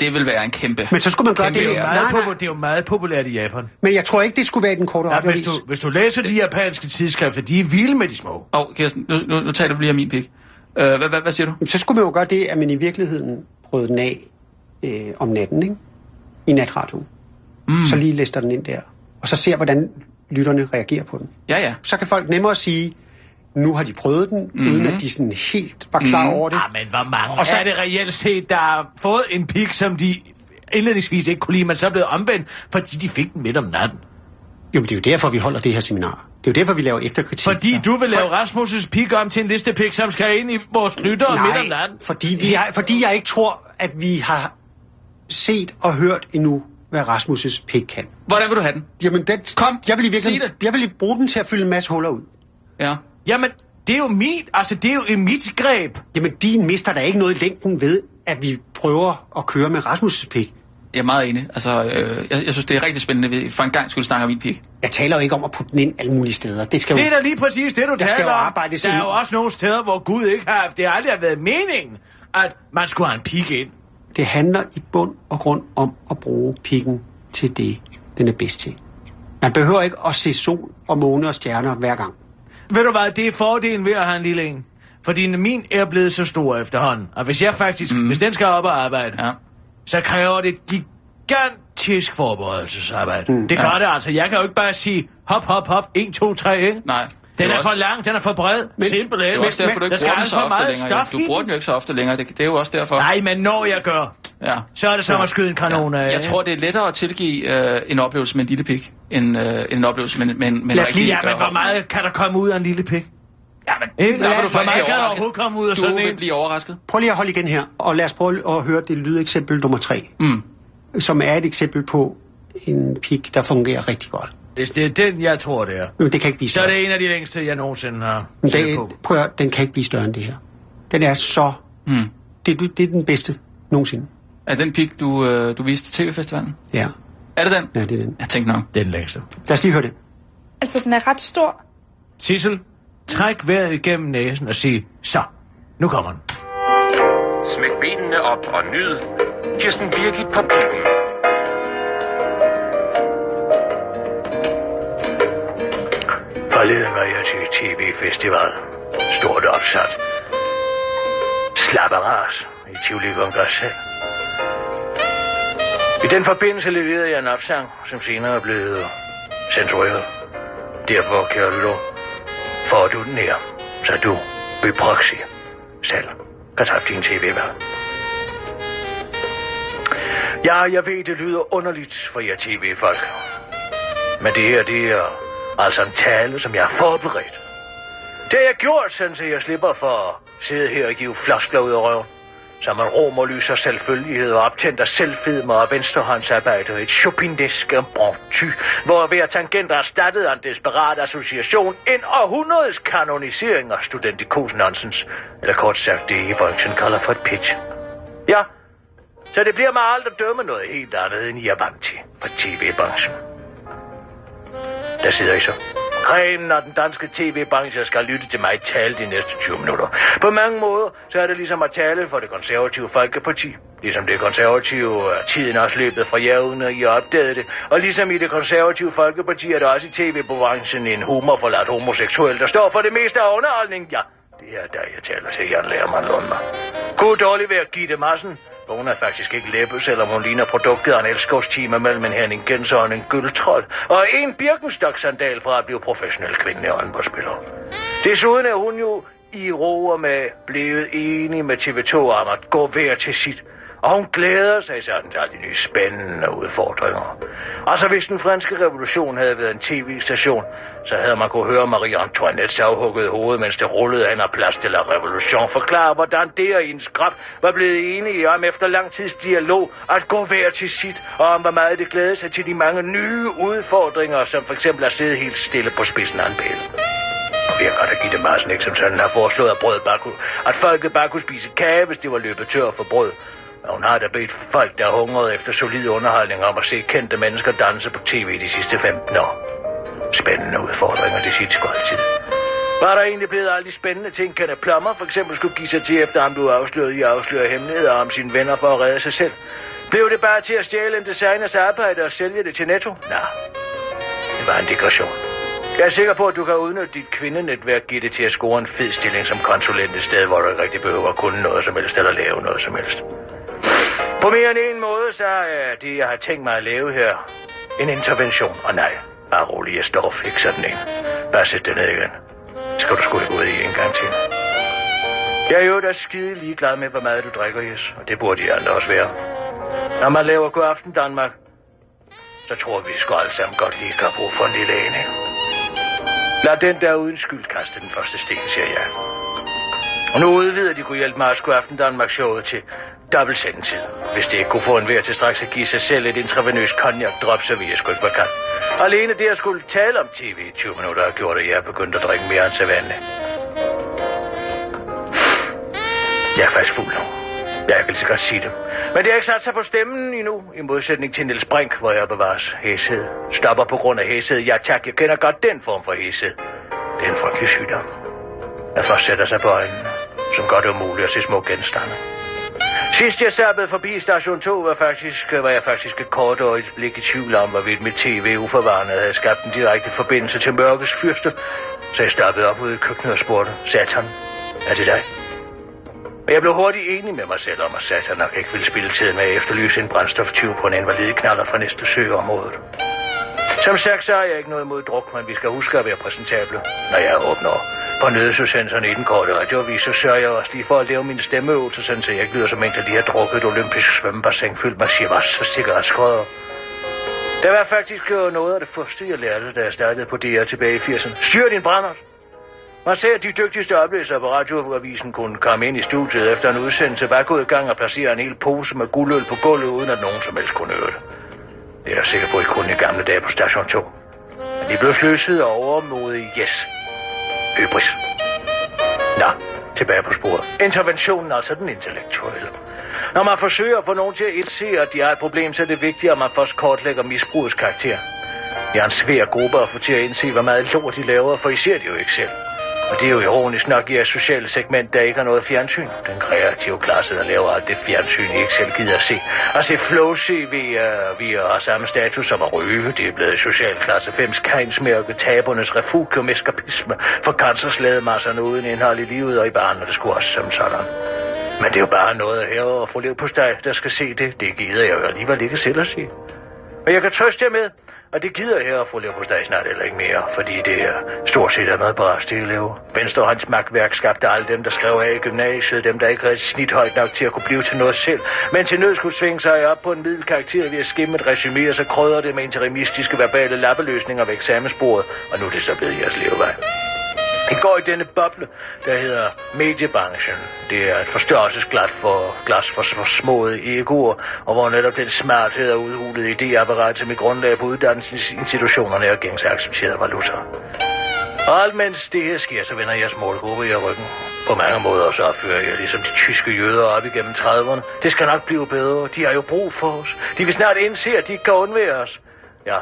Det vil være en kæmpe...
Men så skulle man gøre
Kæmpe
det.
jo.
Det er,
Nej,
meget
nej.
popu- det er jo meget populært i Japan.
Men jeg tror ikke, det skulle være i den korte
Ja,
radioavis.
hvis, du, hvis du læser de japanske tidsskrifter, de er vilde med de små.
Åh, oh, Kirsten, nu, nu, nu taler du lige om min pik. Øh, hvad, hvad, hvad siger du?
Jamen, Så skulle man jo gøre det, at man i virkeligheden prøvede den af øh, om natten, ikke? I natradioen. Mm. Så lige lister den ind der. Og så ser, hvordan lytterne reagerer på den.
Ja, ja.
Så kan folk nemmere sige, nu har de prøvet den, mm-hmm. uden at de sådan helt var klar mm-hmm. over det.
Mhm. Ah, men hvor mange
Og
og
så-
så er det reelt set, der har fået en pik, som de indledningsvis ikke kunne lide, men så er blevet omvendt, fordi de fik den midt om natten.
Jo, men det er jo derfor, vi holder det her seminar. Det er jo derfor, vi laver efterkritik.
Fordi du vil lave Rasmus' pik om til en listepik, som skal ind i vores lyttere midt om
Nej,
natten.
fordi, vi er, fordi jeg ikke tror, at vi har set og hørt endnu, hvad Rasmus' pik kan.
Hvordan vil du have den?
Jamen, den,
Kom,
jeg vil i virkelig,
sig det.
Jeg vil bruge den til at fylde en masse huller ud.
Ja.
Jamen, det er jo mit, altså det er jo i mit greb.
Jamen, din mister der ikke noget i længden ved, at vi prøver at køre med Rasmus' pik.
Jeg er meget enig. Altså, øh, jeg, jeg synes, det er rigtig spændende, at vi for en gang skulle snakke om min pik.
Jeg taler jo ikke om at putte den ind alle mulige steder. Det skal jo...
Det er da lige præcis det, du
Der skal
taler
jo
om.
arbejdes
Der er jo
ind.
også nogle steder, hvor Gud ikke har... Det har aldrig været meningen, at man skulle have en pik ind.
det handler i bund og grund om at bruge pikken til det, den er bedst til. Man behøver ikke at se sol og måne og stjerner hver gang.
Ved du hvad, det er fordelen ved at have en lille en. Fordi min er blevet så stor efterhånden. Og hvis jeg faktisk, mm. hvis den skal op og arbejde,
Mhm. Ja.
så kræver det et gigantisk forberedelsesarbejde. Mm, det gør ja. det altså. Jeg kan jo ikke bare sige hop, hop, hop, 1, 2, 3, ikke?
Nej.
Den er
også-
for lang, den er for bred, men, simpelthen.
Det er jo også derfor, du
der
ikke
skal
bruger den
altså
så
for
ofte
meget
længere. jo.
stof
Du
i
bruger
den.
den jo ikke så ofte længere. Det, det er jo også derfor.
Nej, men når jeg gør,
Ja.
så er det som at skyde en kanon af.
Jeg tror, det er lettere at tilgive øh, en oplevelse med en lille pik, end øh, en oplevelse med, med, med en
Lad os lige,
rigtig...
ja, men hvor meget kan der komme ud af en lille pik?
Ja, men,
Ikke?
der vil du
Hvor
faktisk
meget
blive
kan der
overrasket.
overhovedet komme ud af
du
sådan
vil
en?
blive overrasket.
Prøv lige at holde igen her, og lad os prøve at høre det lydeksempel nummer 3, mm. som er et eksempel på en pik, der fungerer rigtig godt.
Hvis det er den, jeg tror, det er,
Men det kan ikke blive
så er
større.
det en af de længste, jeg nogensinde har
Men
set
det,
på.
prøv at, høre, den kan ikke blive større end det her. Den er så... Mm. Det, det, det er den bedste nogensinde.
Er den pik, du, øh, du viste til tv-festivalen?
Ja,
Er det den?
ja det er den.
Jeg tænkte nok.
Den længste.
Lad os lige høre den.
Altså, den er ret stor.
Sissel, træk vejret igennem næsen og sig, så, nu kommer den.
Smæk benene op og nyd Kirsten Birgit på pikken.
Forleden var jeg til TV-festival. Stort opsat. Slapperas i Tivoli Kongress. I den forbindelse leverede jeg en opsang, som senere blev censureret. Derfor, kære lytter, får du den her, så du ved proxy selv kan træffe din tv-valg. Ja, jeg ved, det lyder underligt for jer tv-folk. Men det her, det er altså en tale, som jeg har forberedt. Det har jeg gjort, sådan så jeg slipper for at sidde her og give floskler ud af røven. Som en romer lyser selvfølgelighed og optænder selvfedmer og venstrehåndsarbejde og et chopinisk broty, hvor hver tangent er erstattet af en desperat association, en århundredes kanonisering af studentikos nonsens, eller kort sagt det, I branchen kalder for et pitch. Ja, så det bliver mig alt at dømme noget helt andet, end I er vant til fra tv-branchen. Der sidder I så. Grenen og den danske tv-branche skal lytte til mig tale de næste 20 minutter. På mange måder, så er det ligesom at tale for det konservative Folkeparti. Ligesom det konservative er tiden også løbet fra jer, uden at I har opdaget det. Og ligesom i det konservative Folkeparti er der også i tv-branchen en humorforladt homoseksuel, der står for det meste af underholdning. Ja, det her er der, jeg taler til Jan Lærmann Lundmer. God dårlig ved at give det massen. Hun er faktisk ikke læbe, selvom hun ligner produktet af en elskovstime mellem en Henning Genser og en gyldtrold. Og en Birkenstock-sandal fra at blive professionel kvinde og håndboldspiller. Desuden er hun jo i roer med blevet enig med TV2 om at gå hver til sit. Og hun glæder sig sådan til alle de nye spændende udfordringer. Altså hvis den franske revolution havde været en tv-station, så havde man kunne høre Marie Antoinettes afhuggede hoved, mens det rullede hen ad plads til la revolution, forklare, hvordan det og hendes krop var blevet enige om efter lang tids dialog at gå hver til sit, og om hvor meget det glædede sig til de mange nye udfordringer, som for eksempel at sidde helt stille på spidsen af en pæl. Jeg kan godt have Gitte Marsen ikke, som sådan har foreslået, at, brød bare kunne, at folket bare kunne spise kage, hvis det var løbet tør for brød. Og hun har da bedt folk, der hungrede efter solid underholdning om at se kendte mennesker danse på tv de sidste 15 år. Spændende udfordringer, det siger de sgu altid. Var der egentlig blevet alle de spændende ting, Kenneth Plummer for eksempel skulle give sig til, efter han blev afsløret i at afsløre hemmeligheder om sine venner for at redde sig selv? Blev det bare til at stjæle en designers arbejde og sælge det til Netto? Nej, det var en digression. Jeg er sikker på, at du kan udnytte dit kvindenetværk, Gitte, til at score en fed stilling som konsulent et sted, hvor du ikke rigtig behøver at kunne noget som helst eller lave noget som helst. På mere end en måde, så er det, jeg har tænkt mig at lave her, en intervention. Og nej, bare rolig, jeg står og fikser den ind. Bare sæt den ned igen. Skal du sgu ikke ud i en gang til. Jeg er jo da skide ligeglad med, hvor meget du drikker, Jes. Og det burde de andre også være. Når man laver god aften Danmark, så tror vi sgu alle sammen godt lige kan bruge for en lille en, ikke? Lad den der uden skyld kaste den første sten, siger jeg. Og nu udvider de kunne hjælpe mig at skulle aften Danmark showet til dobbelt sendetid. Hvis det ikke kunne få en vejr til straks at give sig selv et intravenøs cognac-drop, så ville jeg sgu ikke være kan. Alene det at skulle tale om tv i 20 minutter har gjort, at jeg er begyndt at drikke mere end sædvanligt. Jeg er faktisk fuld nu. Jeg kan lige så godt sige det. Men det har ikke sat sig på stemmen endnu, i modsætning til Niels Brink, hvor jeg bevares hæshed. Stopper på grund af hæshed. Ja tak, jeg kender godt den form for hæshed. Det er en frygtelig sygdom. Jeg først sætter sig på øjnene, som godt er umuligt at se små genstande. Sidst jeg sappede forbi station 2, var, faktisk, var jeg faktisk et kort øjeblik i tvivl om, hvorvidt mit tv uforvarende havde skabt en direkte forbindelse til mørkets fyrste. Så jeg stoppede op ude i køkkenet og spurgte, Satan, er det dig? Men jeg blev hurtigt enig med mig selv om, at Satan nok ikke ville spille tiden med at efterlyse en brændstoftyv på en invalideknaller fra næste søgeområde. Som sagt, så har jeg ikke noget imod druk, men vi skal huske at være præsentable. Når jeg åbner for nødsudsendelsen i den korte radioavis, så sørger jeg også lige for at lave min stemmeøvelse, sådan så jeg ikke lyder som en, der lige har drukket et olympisk svømmebassin fyldt med chivas og cigaretskrødder. Det var faktisk øh, noget af det første, jeg lærte, da jeg startede på DR tilbage i 80'erne. Styr din brændert! Man ser, at de dygtigste oplæsere på radioavisen kunne komme ind i studiet efter en udsendelse, bare gå i gang og placere en hel pose med guldøl på gulvet, uden at nogen som helst kunne høre det. Det er jeg sikker på, ikke kun i gamle dage på station 2. Men de blev sløset og overmodige yes. Hybris. Nå, tilbage på sporet. Interventionen, altså den intellektuelle. Når man forsøger at få nogen til at indse, at de har et problem, så er det vigtigt, at man først kortlægger misbrugets karakter. Jeg er en svær gruppe at få til at indse, hvor meget lort de laver, for I ser det jo ikke selv. Og det er jo ironisk nok i jeres sociale segment, der ikke har noget fjernsyn. Den kreative klasse, der laver alt det fjernsyn, I ikke selv gider at se. At se Flow CV, uh, vi har samme status som at ryge. Det er blevet social klasse 5's kejnsmærke, tabernes refugium, eskapisme, for cancerslædemasserne uden indhold i livet, og I behandler det sgu også som sådan. Men det er jo bare noget her og fru Lev på dig, der skal se det. Det gider jeg jo alligevel ikke selv at sige. Men jeg kan trøste jer med, og det gider her at få leverpostej snart heller ikke mere, fordi det er stort set er noget bare til elever. Venstrehåndsmagtværk skabte alle dem, der skrev af i gymnasiet, dem der ikke havde snit højt nok til at kunne blive til noget selv, men til nød skulle svinge sig op på en middelkarakter ved at skimme et resume, og så krydder det med interimistiske verbale lappeløsninger ved eksamensbordet, og nu er det så blevet jeres levevej. Jeg går i denne boble, der hedder mediebranchen. Det er et forstørrelsesglas for, glas for, for småede egoer, og hvor netop den smarthed og udhulede idéapparat, som i grundlag på uddannelsesinstitutionerne er gængs accepteret valuta. Og alt mens det her sker, så vender jeres målgruppe i ryggen. På mange måder så opfører jeg ligesom de tyske jøder op igennem 30'erne. Det skal nok blive bedre. De har jo brug for os. De vil snart indse, at de ikke kan undvære os. Ja,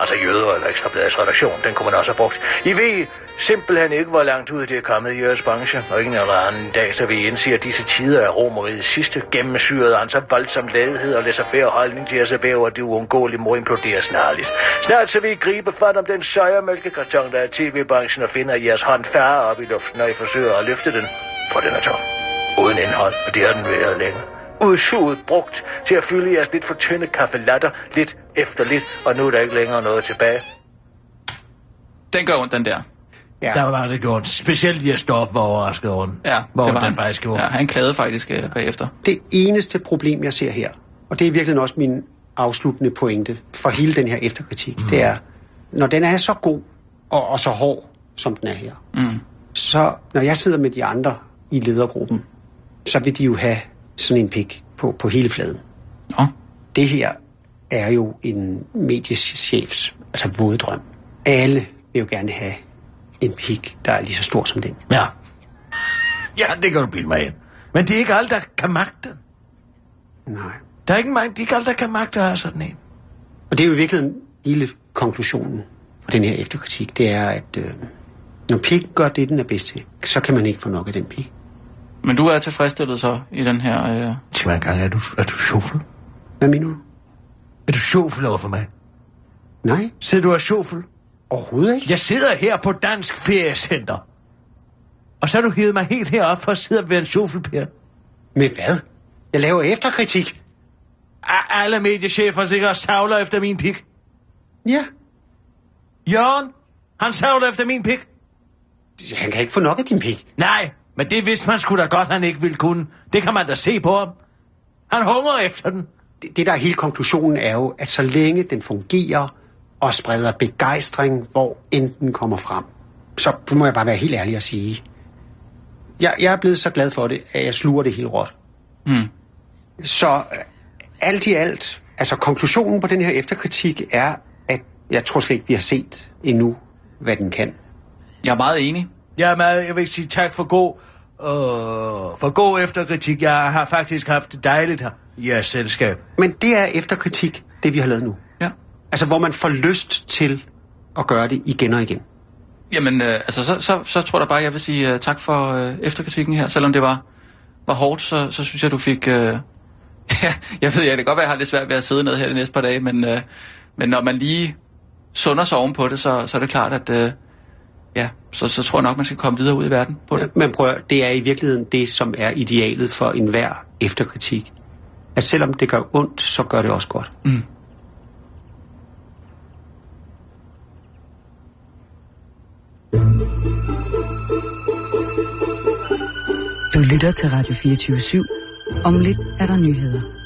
Altså jøder eller ekstrabladets redaktion, den kunne man også have brugt. I ved simpelthen ikke, hvor langt ud det er kommet i jeres branche. Og ingen eller anden dag, så vi indser, at disse tider er romerigets sidste gennemsyret af en så voldsom ladighed og læser færre holdning til jeres erhverv, at det uundgåeligt må implodere snarligt. Snart så vil I gribe fat om den søjermælkekarton, der er tv-branchen, og finder jeres hånd færre op i luften, når I forsøger at løfte den. For den er tom. Uden indhold, og det har den været længe udsuget brugt til at fylde jeres lidt for tynde kaffelatter lidt efter lidt, og nu er der ikke længere noget tilbage.
Den gør ondt, den der.
Ja. Der var det gjort. Specielt Jes Dorf var overrasket over den.
Ja,
hvor
det var
den faktisk gjorde.
Ja, han klagede faktisk øh, bagefter.
Det eneste problem, jeg ser her, og det er virkelig også min afsluttende pointe for hele den her efterkritik, mm. det er, når den er så god og, og så hård, som den er her, mm. så når jeg sidder med de andre i ledergruppen, så vil de jo have sådan en pik på, på hele fladen.
Nå.
Det her er jo en mediechefs altså våddrøm. Alle vil jo gerne have en pik, der er lige så stor som den.
Ja. ja, det kan du bilde mig ind. Men det er ikke alle, der kan magte den.
Nej.
Der er ikke, mange, de er ikke alle, der kan magte at have sådan en.
Og det er jo i virkeligheden hele konklusionen på den her efterkritik, det er, at øh, når pik gør det, den er bedst til, så kan man ikke få nok af den pik.
Men du er tilfredsstillet så i den her... Øh...
Sig mig engang, er du, er du sjofel?
Hvad mener du?
Er du sjofel over for mig?
Nej,
Sidder du og er sjofel?
overhovedet ikke.
Jeg sidder her på Dansk Feriecenter. Og så har du hivet mig helt herop for at sidde og være en sjofelpære.
Med hvad? Jeg laver efterkritik.
Er alle mediechefer sikkert savler efter min pik?
Ja,
Jørgen, han savler efter min pik.
han kan ikke få nok af din pik.
Nej, men det vidste man sgu da godt, han ikke ville kunne. Det kan man da se på ham. Han hungrer efter den.
det, det, der er hele konklusionen, er jo, at så længe den fungerer og spreder begejstring, hvor end den kommer frem, så må jeg bare være helt ærlig og sige, jeg, jeg er blevet så glad for det, at jeg sluger det helt råt. Mm. Så øh, alt i alt, altså konklusionen på den her efterkritik er, at jeg tror slet ikke, vi har set endnu, hvad den kan.
Jeg er meget enig.
Jeg er meget, jeg vil sige tak for god, øh, for god efterkritik. Jeg har faktisk haft det dejligt her i jeres selskab.
Men det er efterkritik, det vi har lavet nu.
Ja.
Altså, hvor man får lyst til at gøre det igen og igen.
Jamen, øh, altså, så, så, så tror jeg da bare, jeg vil sige øh, tak for øh, efterkritikken her. Selvom det var, var hårdt, så, så synes jeg, du fik... Øh, ja, jeg ved, jeg kan godt være, jeg har lidt svært ved at sidde ned her de næste par dage, men, øh, men når man lige sunder sig ovenpå det, så, så er det klart, at... Øh, ja, så, så tror jeg nok, man skal komme videre ud i verden på det.
Men prøv at, høre, det er i virkeligheden det, som er idealet for enhver efterkritik. At selvom det gør ondt, så gør det også godt.
lytter til Radio 24 /7. Om lidt er der nyheder.